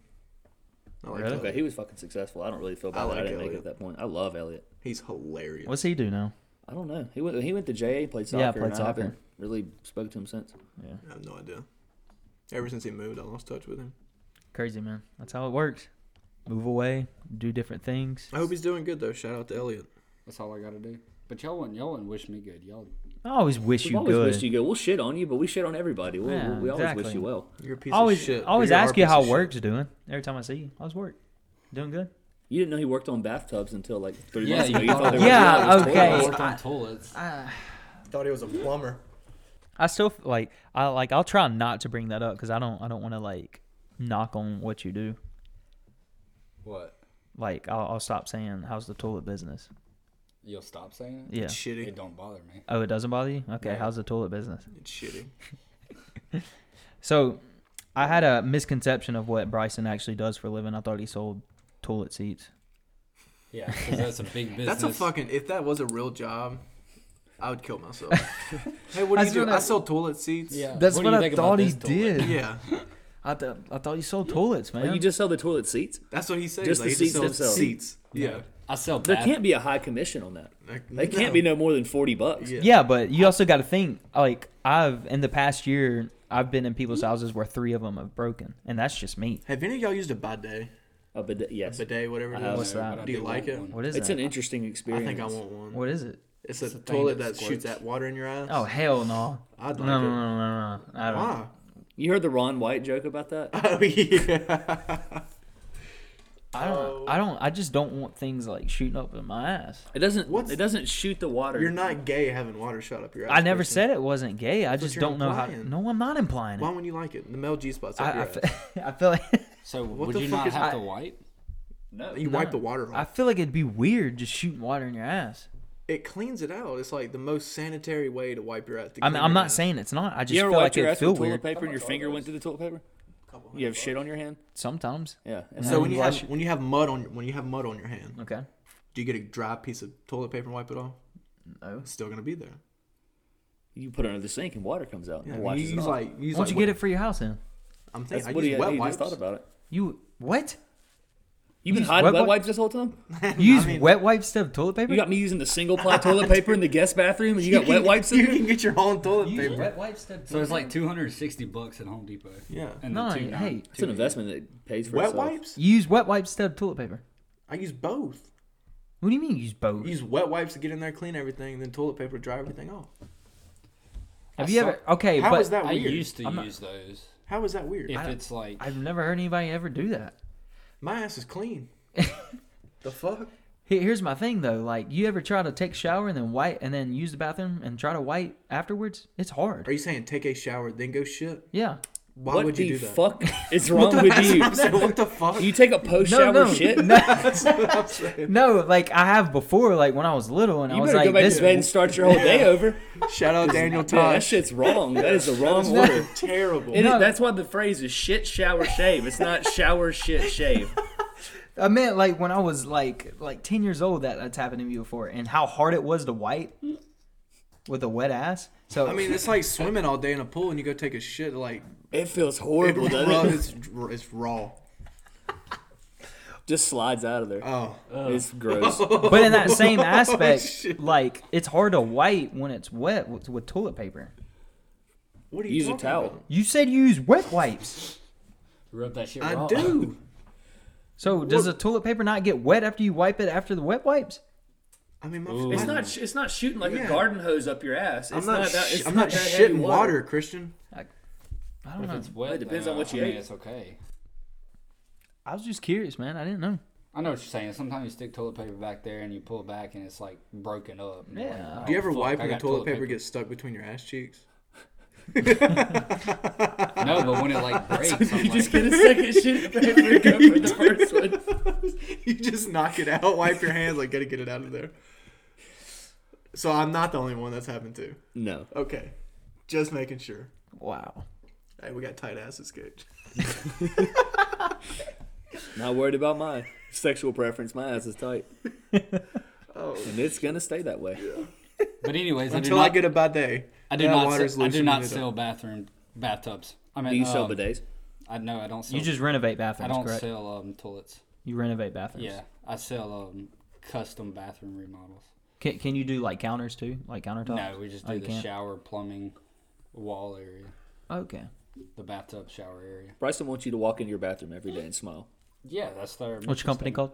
I like Really? Okay, he was fucking successful. I don't really feel bad I that I like didn't make it at Elliott. that point. I love Elliot. He's hilarious. What's he do now? I don't know. He went. He went to JA, played soccer. Yeah, played and I soccer. haven't Really spoke to him since. I have no idea. Ever since he moved, I lost touch with him. Crazy man. That's how it works. Move away, do different things. I hope he's doing good though. Shout out to Elliot. That's all I gotta do. But y'all wouldn't y'all wouldn't wish me good. Y'all I always wish We you always good. wish you good. We'll shit on you, but we shit on everybody. We'll, Yeah, we we always wish exactly. you well. You're a piece I always, of shit. I always You are a ask you piece how of shit. work's doing every time I see you. How's work? Doing good? You didn't know he worked on bathtubs until like three Yeah, months ago. you You thought thought- they were Yeah, yeah, it was okay. I toilets. worked on toilets. Thought he was a plumber. I still f- like I like I'll try not to bring that up because I don't I don't want to like knock on what you do. What? Like I'll, I'll stop saying how's the toilet business. You'll stop saying it? Yeah. It's shitty. It don't bother me. Oh, it doesn't bother you? Okay. Yeah. How's the toilet business? It's shitty. So I had a misconception of what Bryson actually does for a living. I thought he sold toilet seats. Yeah, 'cause that's a big business. That's a fucking. If that was a real job, I would kill myself. hey, what do That's you do? what I- I sell toilet seats. Yeah. Uh, do you think about this toilet? Yeah. I, th- I thought you sold toilets, man. Like, you just sell the toilet seats. That's what he says. Just like, the he seats sells themselves. Seats. Yeah. I sell There bath- can't be a high commission on that. Like, They no. can't be no more than forty bucks. Yeah. yeah, but you also got to think like I've in the past year I've been in people's houses where three of them have broken, and that's just me. Have any of y'all used a bidet? A bidet, yes. Bidet, whatever it I is. have. No, What's but that? I Do you like want it? one. What is It's it? an interesting I experience. think I want one. what is it? It's a the thing toilet that that shoots squirts. that water in your eyes. Oh hell no! I'd No like no it. no no no! I don't. Why? You heard the Ron White joke about that? Oh yeah. I don't. I don't. I just don't want things like shooting up in my ass. It doesn't. What's- it doesn't shoot the water. You're not gay having water shot up your ass. I never Christian. said it wasn't gay. I just you're don't know how. implying. No, I'm not implying Why it. wouldn't you like it? The male G spots up I, your I, ass. fe- I feel like So the would you fuck not is- have I- to wipe? No. you wipe the water I off. feel like it'd be weird just shooting water in your ass. It cleans it out. It's like the most sanitary way to wipe your ass. to I mean, clean I'm your not ass. saying it's not. I just You ever feel wiped like your it'd ass with feel toilet weird paper and your finger went through the toilet paper? You have shit on your hand? sometimes. Yeah. So when you Why have should- when you have mud on your, when you have mud on your hand, Okay. do you get a dry piece of toilet paper and wipe it off? No. It's still gonna be there. you put it under the sink and water comes out. and Yeah, I mean, washes you it use off. like you use Why don't like you wet- get it for your house then? I'm That's thinking what I he, use he wet wipes. just thought about it. You what? You've been use hiding wet wet wipe- wipes this whole time? You use wet wipes instead of toilet paper? You got me using the single ply toilet paper in the guest bathroom and you got can wet get- wipes in You there? can get your own toilet You paper. wipes instead of So it's like 260 bucks at Home Depot. Yeah. And No, the two hey. nine- It's an investment that pays for Wet itself. wipes? You use wet wipes instead of toilet paper. I use both. What do you mean you use both? Use wet wipes to get in there, clean everything, and then toilet paper to dry everything off. Have I you saw- ever okay, How but is that I weird? used to I'm not- use those. How is that weird? If it's like I've never heard anybody ever do that. My ass is clean. the fuck? Here- Here's my thing though, like you ever try to take a shower and then wipe and then use the bathroom and try to wipe afterwards? It's hard. Are you saying take a shower then go shit? Yeah. Why What would the you do that? fuck is wrong with you? I'm saying, what the fuck? You take a post shower no. shit? That's what I'm saying. No, like I have before, like when I was little and I You was better like go back this to bed and start your whole day over. Shout out Daniel Man, that Tosh. shit's wrong. That is the wrong That's order. fucking terrible. It is- No. that's why the phrase is shit, shower, shave. It's not shower, shit, shave. I meant like when I was like like ten years old that that's happened to me before, and how hard it was to wipe with a wet ass. So I mean, it's like swimming all day in a pool and you go take a shit. Like It feels it horrible, raw, doesn't it? it's, it's raw. Just slides out of there. Oh, It's gross. but in that Oh, same aspect, like it's hard to wipe when it's wet with, with toilet paper. what are you Use a talking towel. about? You said you use wet wipes, rub that shit I raw. do. so does the toilet paper not get wet after you wipe it after the wet wipes? I mean, my It's my- not. sh- It's not shooting like a Yeah. garden hose up your ass. It's I'm not. that- sh- it's I'm not that heavy shitting water, Christian. I don't If know. it's wet, It depends on though, what you I mean, ate. It's okay. I was just curious, man. I didn't know. I know what you're saying. Sometimes you stick toilet paper back there and you pull it back and it's like broken up. and you're like, Yeah. "Oh, Do you ever fuck, I wipe when the got toilet paper gets stuck between your ass cheeks? No, but when it like breaks, I'm you like, just get a second shit after you go for the first one. you just knock it out, wipe your hands, like gotta get it out of there. So I'm not the only one that's happened to. No. Okay, just making sure. Wow. Hey, we got tight asses, Gage. Not worried about my sexual preference. My ass is tight. Oh, And it's going to stay that way. but anyways, I do until I not. get a bidet. I do Now not. water's se- I do loosening it not up. sell bathroom bathtubs. I mean, Do you um, sell bidets? I know I don't sell. You just renovate I bathrooms, don't correct? sell um, toilets. You renovate bathrooms. Yeah, I sell um, custom bathroom remodels. Can, can you do like counters too, like countertops? No, we just Oh, do you the can't? shower, plumbing, wall area, Okay. the bathtub shower area. Bryson wants you to walk into your bathroom every day and smile. Yeah, that's their. What's mission your company statement. called?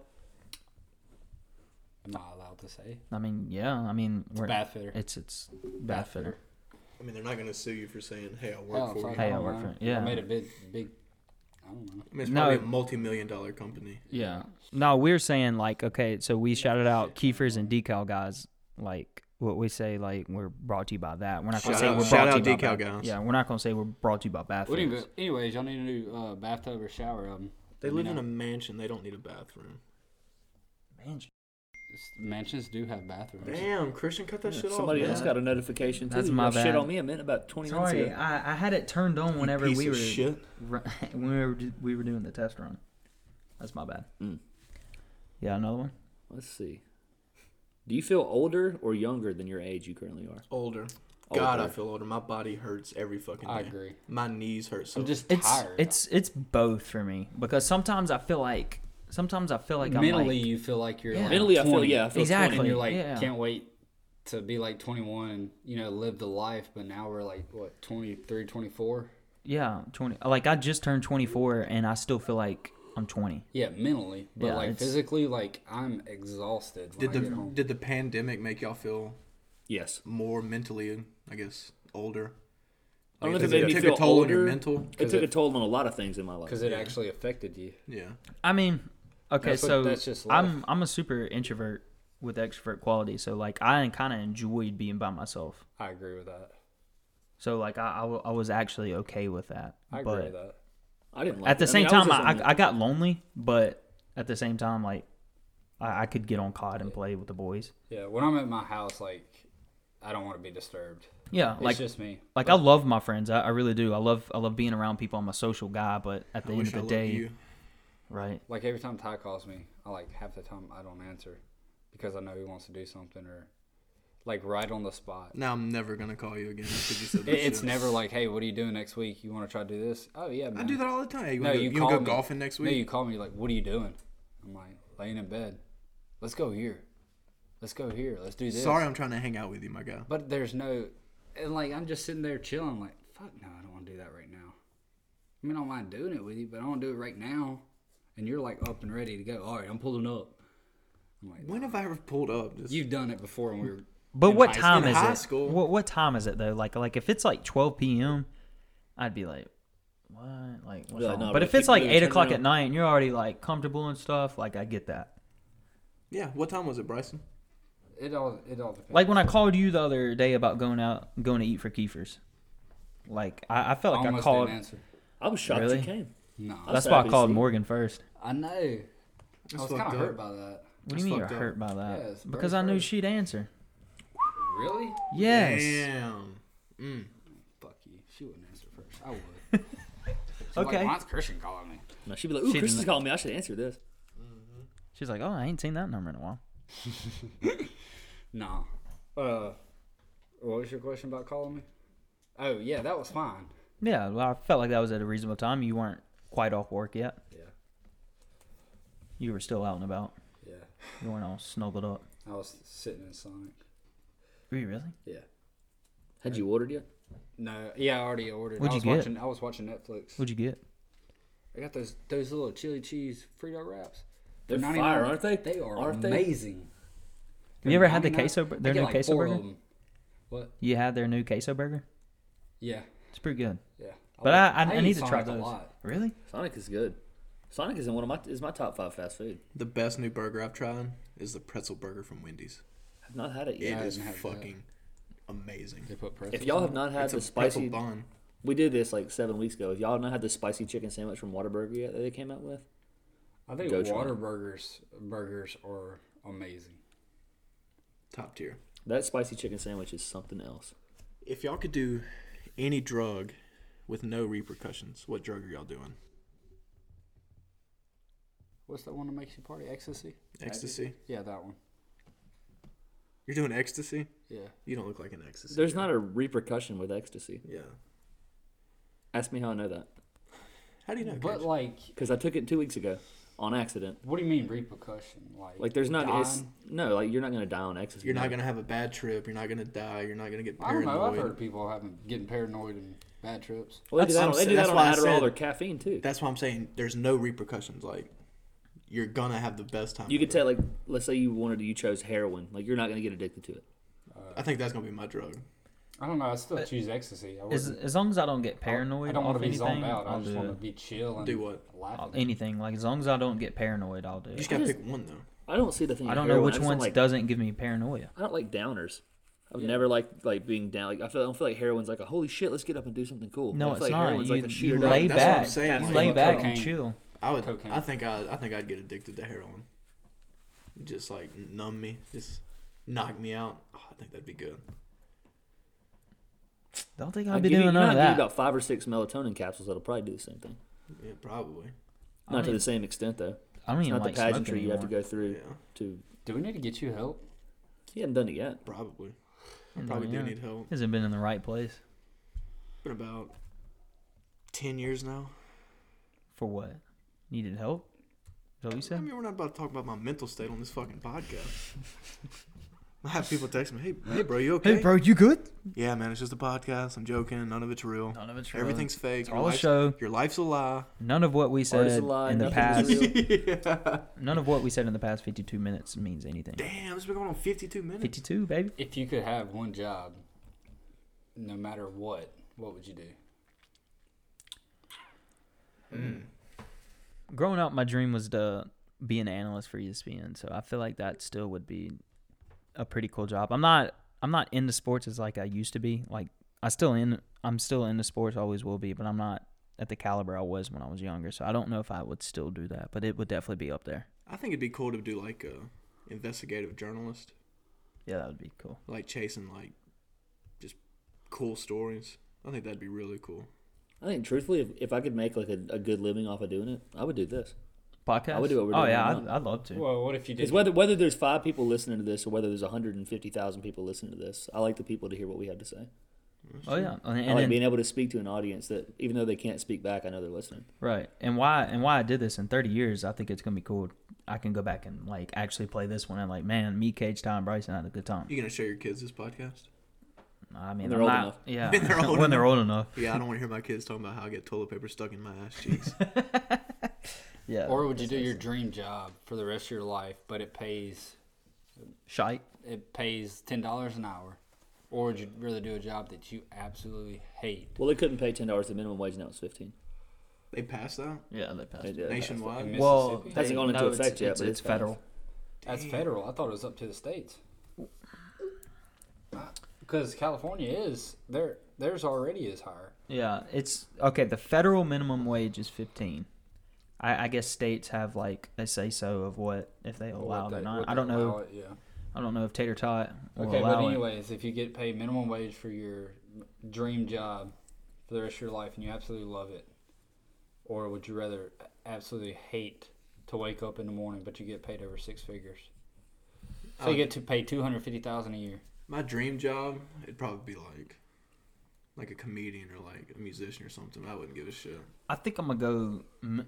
I'm not allowed to say. I mean, yeah. I mean, we're Bath fitter. it's it's bath fitter. I mean, they're not gonna sue you for saying, "Hey, I work Hell, for Oh, fuck, you." Hey, I I don't work know. for- yeah. I made a big, big. I don't know. I mean, it's No. probably a multi-million dollar company. Yeah. No, we're saying like, okay, so we shouted out Kiefer's and Decal guys. Like what we say, like we're brought to you by that. We're not gonna Shout say out- we're shout brought to out you by Decal Bath- guys. Yeah, we're not gonna say we're brought to you by bath. What do Fitters. you, anyways, y'all need a new uh, bathtub or shower. Um, They let me live in know. a mansion. They don't need a bathroom. Man, mansions do have bathrooms. Damn, Christian, cut that Yeah, shit off. somebody man. else got a notification. That's too. my Y'all Shit bad. on me a minute about 20 minutes Sorry, ago. I, I had it turned on whenever Piece we of were shit. Right, when we were do- we were doing the test run. That's my bad. Mm. Yeah, another one. Let's see. Do you feel older or younger than your age you currently are? Older. God, I Older. feel older. My body hurts every fucking day. I agree. My knees hurt so. I'm just It's tired. it's it's both for me because sometimes I feel like sometimes I feel like I'm mentally like, you feel like you're Yeah. like Mentally, I feel, 20, yeah, I feel Exactly. 20. and you're like yeah. can't wait to be like 21 and you know live the life but now we're like what 23 24 yeah twenty. Like I just turned twenty four and I still feel like I'm twenty. yeah mentally but Yeah, like it's- physically like i'm exhausted when did I get the home. did the pandemic make y'all feel Yes. more mentally, I guess, older? I don't know Like, if it does made me took feel a toll on your older. mental. It took it- a toll on a lot of things in my life. because it actually affected you Yeah. I mean, okay, That's what- so that's just life. I'm I'm a super introvert with extrovert quality. So like I kind of enjoyed being by myself. i agree with that So like I, I, w- I was actually okay with that. i agree but with that I didn't like at the it. I same mean, I was time, just I, on the- I, got lonely, but at the same time, like I, I could get on COD and play with the boys. yeah when i'm at my house like i don't want to be disturbed Yeah, it's like just me like I love my friends. I, I really do. I love I love being around people. I'm a social guy, but at the I end wish of I the loved day, you. right? like every time ty calls me i like half the time i don't answer because i know he wants to do something or like right on the spot Now I'm never gonna call you again because you said It, that it's shit. never like, hey, what are you doing next week? You want to try to do this? Oh yeah, man. I do that all the time. Hey, you No, wanna go, you, you call wanna me. go golfing next No, week? you call me like, what are you doing? I'm like laying in bed. Let's go here. Let's go here. Let's do this. Sorry, I'm trying to hang out with you, my guy. but there's no, and like I'm just sitting there chilling. Like fuck no, I don't want to do that right now. I mean, I don't mind doing it with you, but I don't do it right now. And you're like up and ready to go. All right, I'm pulling up. I'm like, When have I ever pulled up? Just, you've done it before, and we were. But in what high time in is high it? school. What what time is it though? Like like if it's like 12 p.m., I'd be like, what? Like what's Yeah, wrong? no, but but if if it's you like really eight turn o'clock around- at night and you're already like comfortable and stuff, like I get that. yeah. What time was it, Bryson? It all it all depends. Like when I called you the other day about going out, going to eat for Kiefer's. School. Like I, I felt like I, almost called. didn't answer. I was shocked Really? you came. No, That's I why I said called ABC. Morgan first. I know. I was kind fucked of up. hurt by that. What That's do you mean you're fucked up. hurt by that? Yeah, it's very because I knew hurt. she'd answer. Really? Yes. Damn. Mm. Fuck you. She wouldn't answer first. I would. She's Okay. Like, Why's Christian calling me? No, she'd be like, ooh, She Chris is didn't- calling me. I should answer this. She's like, oh, I ain't seen that number in a while. No. Uh, what was your question about calling me? Oh yeah, that was fine. Yeah, well, I felt like that was at a reasonable time. You weren't quite off work yet. Yeah. You were still out and about. Yeah. You weren't all snuggled up. I was sitting in Sonic. Were you really? Yeah. Had you ordered yet? No. Yeah, I already ordered. What'd I you was get? watching I was watching Netflix. What'd you get? I got those those little chili cheese free dog wraps. They're 99 fire, aren't they? They are Aren't they? amazing. you ever had the 99 queso bur- I their get new like queso four of burger? them. What? You had their new queso burger. Yeah. It's pretty good. Yeah. But I, I, I, eat need to try Sonic a those. lot. Really? Sonic is good. Sonic is in one of my is my top five fast food. The best new burger I've tried is the pretzel burger from Wendy's. I've not had it It yet. I is haven't had that. fucking amazing. They put pretzels. If y'all in have not had it's the a pretzel spicy, bun. we did this like seven weeks ago. If y'all have not had the spicy chicken sandwich from Whataburger yet that they came out with, it. I think Go try it. water burgers burgers are amazing. top tier. that spicy chicken sandwich is something else. If y'all could do any drug with no repercussions, what drug are y'all doing? What's that one that makes you party? Ecstasy. Ecstasy. Yeah, that one. You're doing ecstasy. Yeah. You don't look like an ecstasy. There's not a repercussion with ecstasy. Yeah. Ask me how I know that How do you know? But Gage? like, because I took it two weeks ago on accident. what do you mean repercussion? Like, Like there's not it's, dying? no like you're not gonna die on ecstasy. you're not gonna have a bad trip. You're not gonna die. You're not gonna get I don't paranoid. know. I've heard people having getting paranoid and bad trips. Well, they do That's that, on, what I'm they do saying. that That's on why I Adderall said- or caffeine too. That's why I'm saying there's no repercussions. Like you're gonna have the best time. You could ever. tell like let's say you wanted to, you chose heroin like you're not gonna get addicted to it. I think that's gonna be my drug. I don't know. I still choose ecstasy. I As, wouldn't- as long as I don't get I- paranoid I don't off want to be anything, zoned out. I I'll just do want to it. be chill and Do what? I'll- Laughing. anything. Like as long as I don't get paranoid, I'll do You it. just gotta just- pick one though. I don't see the thing. I in don't know heroin. which just don't one like- doesn't give me paranoia. I don't like downers. I've never liked like being down. Like I feel I don't feel like heroin's like a holy shit. Let's get up and do something cool. I No, feel it's like not. Heroin's You, like a you shooter. lay That's what I'm back. saying, You like- lay Like back and cocaine. chill. I would. Cocaine. I think I. I think I'd get addicted to heroin. Just like numb me. Just knock me out. Oh, I think that'd be good. Don't think I'll I'd be give you, doing none I'll of give you that. about five or six melatonin capsules that'll probably do the same thing. Yeah, probably. I Not to mean- the same extent though. I don't It's even not the like smoking pageantry you have to anymore. go through Yeah, to. Do we need to get you help? He hadn't done it yet. probably. I Mm, probably yeah. do need help. Hasn't been in the right place Been about ten years now. for what? Needed help? Is that what you I said? mean, we're not about to talk about my mental state on this fucking podcast. I have people text me, "Hey, hey, bro, you okay?" you good? Yeah, man, it's just a podcast. I'm joking. None of it's real. None of it's real. Everything's fake. It's Your all a life's- show. Your life's a lie. None of what Art we is said a lie, in the nothing past. is real. None of what we said in the past 52 minutes means anything. Damn, it's been going on 52 minutes. 52, baby. If you could have one job, no matter what, what would you do? Growing up, my dream was to be an analyst for E ESPN. So I feel like that still would be a pretty cool job. I'm not. I'm not into sports as like I used to be. Like I still in. I'm still into sports. Always will be. But I'm not at the caliber I was when I was younger. So I don't know if I would still do that. But it would definitely be up there. I think it'd be cool to do like a investigative journalist, Yeah, that would be cool. like chasing like just cool stories. I think that'd be really cool. I think truthfully, if, if I could make like a, a good living off of doing it, I would do this. Podcast. I would do what we're oh doing yeah, right I'd, now. I'd love to. Well, what if you did? Because whether whether there's five people listening to this or whether there's 150,000 people listening to this, I like the people to hear what we have to say. oh yeah, I and, and like then- being able to speak to an audience that even though they can't speak back, I know they're listening. Right. And why and why I did this in 30 years, I think it's going to be cool. I can go back and like actually play this one and like, man, me, Cage, Tom, Bryson had a good time. You gonna show your kids this podcast? I mean, When they're I'm old not- enough. Yeah. When they're old when they're old enough. Yeah, I don't want to hear my kids talking about how I get toilet paper stuck in my ass cheeks. Yeah. or would you do your dream job for the rest of your life, but it pays shite? it pays ten dollars an hour? Or would you rather do a job that you absolutely hate? Well, they couldn't pay ten dollars the minimum wage now; it's fifteen. they passed out Yeah, they passed. They did. nationwide. Miss- Well, Mississippi? Hasn't they- gone into it's- effect yet, it's, but it's it's federal. That's federal. I thought it was up to the states. Because California is their theirs already is higher. Yeah, it's okay. The federal minimum wage is 15. I, I guess states have like a say so of what if they allow it What or they- Oh, not. what I they don't know. allow it, yeah. I don't know if Tater Tot will Okay, allow but it. anyways, if you get paid minimum wage for your dream job for the rest of your life and you absolutely love it, or would you rather absolutely hate to wake up in the morning but you get paid over six figures? So you Oh. get to pay two hundred fifty thousand a year. My dream job, it'd probably be like like a comedian or like a musician or something. I wouldn't give a shit. I think I'm gonna go. mm,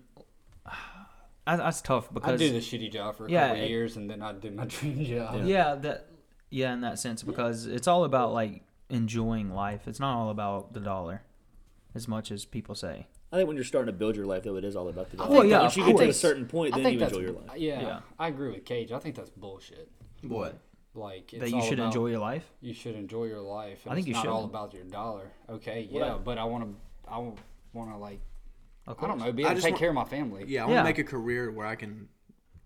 I, that's tough because I'd do the shitty job for a Yeah, couple it- years and then I'd do my dream job. yeah that yeah in that sense because it's all about like enjoying life it's not all about the dollar as much as people say I think when you're starting to build your life, though, it is all about the dollar. Well, yeah, Once of you get to a course. certain point, I then think you that's enjoy your life. Yeah, Yeah. I agree with Cage. I think that's bullshit. What? Like it's that you all should about- enjoy your life You should enjoy your life. And I think it's you not all should. about your dollar. Okay, Well, yeah, I- but I want to. I want to like. of I don't course. know. Be I able to just take want- care of my family. Yeah, I want to Yeah. make a career where I can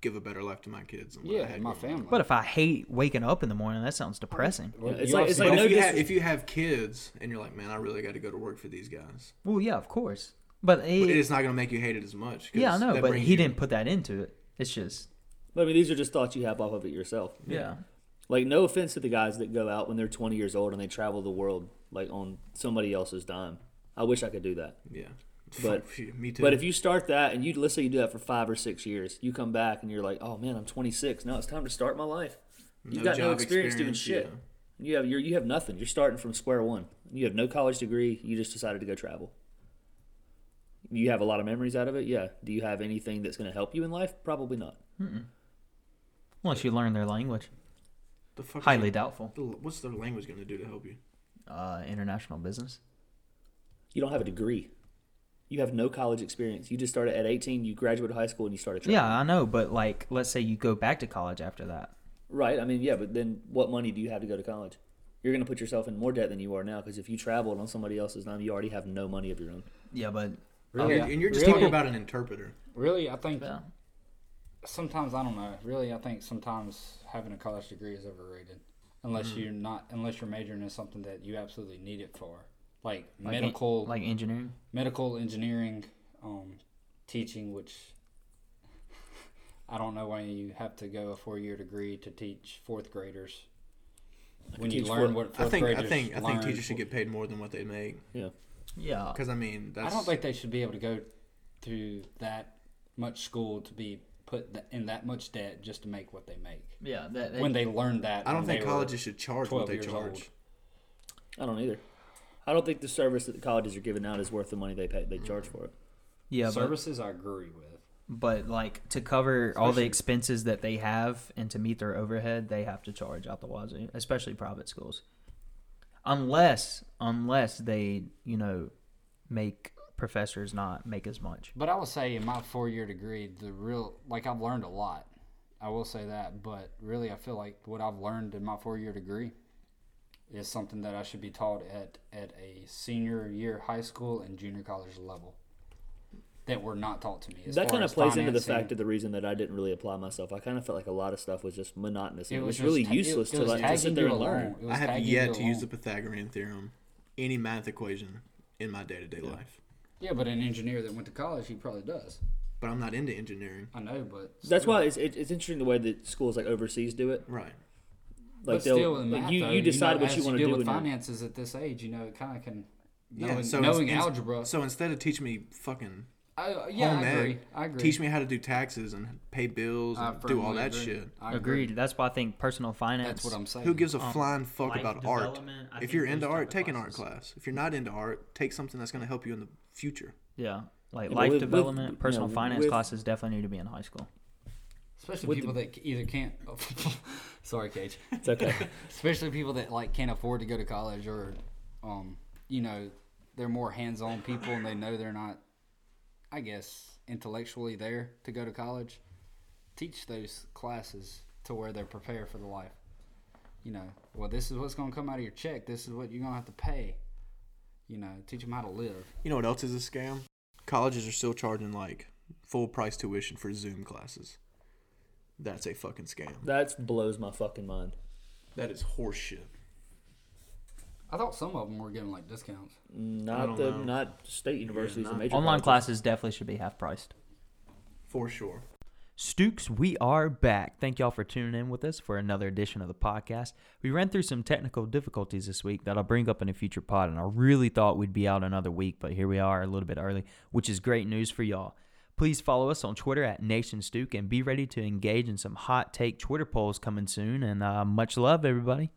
give a better life to my kids than what I Yeah, had my growing up. family. But if I hate waking up in the morning, that sounds depressing. Well, it's you like- all it's see like But my- no if, you dis- have, if you have kids and you're like, man, I really got to go to work for these guys, Well, yeah, of course. But, but it, it's not going to make you hate it as much. 'cause yeah, I know. that But brings he you- didn't put that into it. It's just But I mean, these are just thoughts you have off of it yourself. yeah. Like, no offense to the guys that go out when they're 20 years old and they travel the world like on somebody else's dime. I wish I could do that. Yeah. But- Phew, me too. But if you start that and you let's say you do that for five or six years, you come back and you're like, oh man, I'm 26. Now it's time to start my life. You've No got no job experience, doing shit. experience, yeah. You have you're, you have nothing. You're starting from square one. You have no college degree. You just decided to go travel. You have a lot of memories out of it. Yeah. Do you have anything that's going to help you in life? Probably not. Once you learn their language, the fuck is highly your- doubtful. the- what's their language going to do to help you? Uh, international business. You don't have a degree. You have no college experience. You just started at 18. You graduated high school and you started traveling. Yeah, I know. But like, let's say you go back to college after that. Right. I mean, yeah, but then what money do you have to go to college? You're going to put yourself in more debt than you are now because if you traveled on somebody else's dime, you already have no money of your own. Yeah, but Really, And- and you're just Oh, really, talking about an interpreter. Really, I think yeah. sometimes I don't know. Really, I think sometimes having a college degree is overrated, unless Mm. you're not unless you're majoring in something that you absolutely need it for, like, Like en- medical, like engineering. medical engineering, um, teaching, which. I don't know why you have to go a four-year degree to teach fourth graders. When you teach fourth- learn what fourth I think I graders think I learn. think teachers should get paid more than what they make. Yeah. Yeah, Because I mean, that's Uh, I don't think they should be able to go through that much school to be put th- in that much debt just to make what they make. yeah. That, When they learn that, I don't when think they were colleges should charge 12 what they years charge. old. I don't either. I don't think the service that the colleges are giving out is worth the money they pay, they charge for it. yeah, but, services I agree with. but like to cover all the Especially- expenses that they have and to meet their overhead, they have to charge out the wazoo, especially private schools. Unless unless they you know make professors not make as much. But I will say in my four year degree, the real like I've learned a lot. I will say that, but really I feel like what I've learned in my four year degree is something that I should be taught at at a senior year high school and junior college level. That were not taught to me. as that far kind of as plays into the financing. fact of the reason that I didn't really apply myself. I kind of felt like a lot of stuff was just monotonous. And it, was, just really ta- it- useless it to was like to sit tagging there you and learn. along. It was I have tagging you yet to use the along. Pythagorean theorem, any math equation, in my day to day life. Yeah, but an engineer that went to college, he probably does. But I'm not into engineering. I know, but That's why it's, it, it's interesting the way that schools like overseas do it. Right. Like but they'll still, in like, math, you, though, you decide know, what as you want to deal do. with when you're- finances at this age. You know, it kind of can. Yeah. knowing, so knowing ins- ins- algebra. So instead of teaching me fucking I, yeah, home I agree. ec, I agree. teach me how to do taxes and pay bills I and do all firmly that agree. shit. I agree. Agreed. That's why I think personal finance. That's what I'm saying. Who gives a flying fuck Um, life about art? development, I If think you're those into type art, of take an art classes. class. If you're not into art, take something that's going to help you in the future. Yeah, like Yeah, but life with- with- development, you personal know, finance with- classes definitely need to be in high school. especially with people that either can't. sorry, Cage. It's okay. Especially people that like can't afford to go to college or, um, you know, they're more hands-on people and they know they're not, I guess, intellectually there to go to college. Teach those classes to where they're prepared for the life. You know, well, this is what's going to come out of your check. This is what you're going to have to pay. You know, teach them how to live. You know what else is a scam? Colleges are still charging like full price tuition for Zoom classes. That's a fucking scam. that blows my fucking mind. That is horseshit. I thought some of them were giving like discounts. Not don't the know. not state universities not- and major Online colleges. classes definitely should be half priced. For sure. Stooks, we are back. Thank y'all for tuning in with us for another edition of the podcast. We ran through some technical difficulties this week that I'll bring up in a future pod, and I really thought we'd be out another week, but here we are a little bit early, which is great news for y'all. Please follow us on Twitter at NationStook and be ready to engage in some hot take Twitter polls coming soon. And uh, much love, everybody.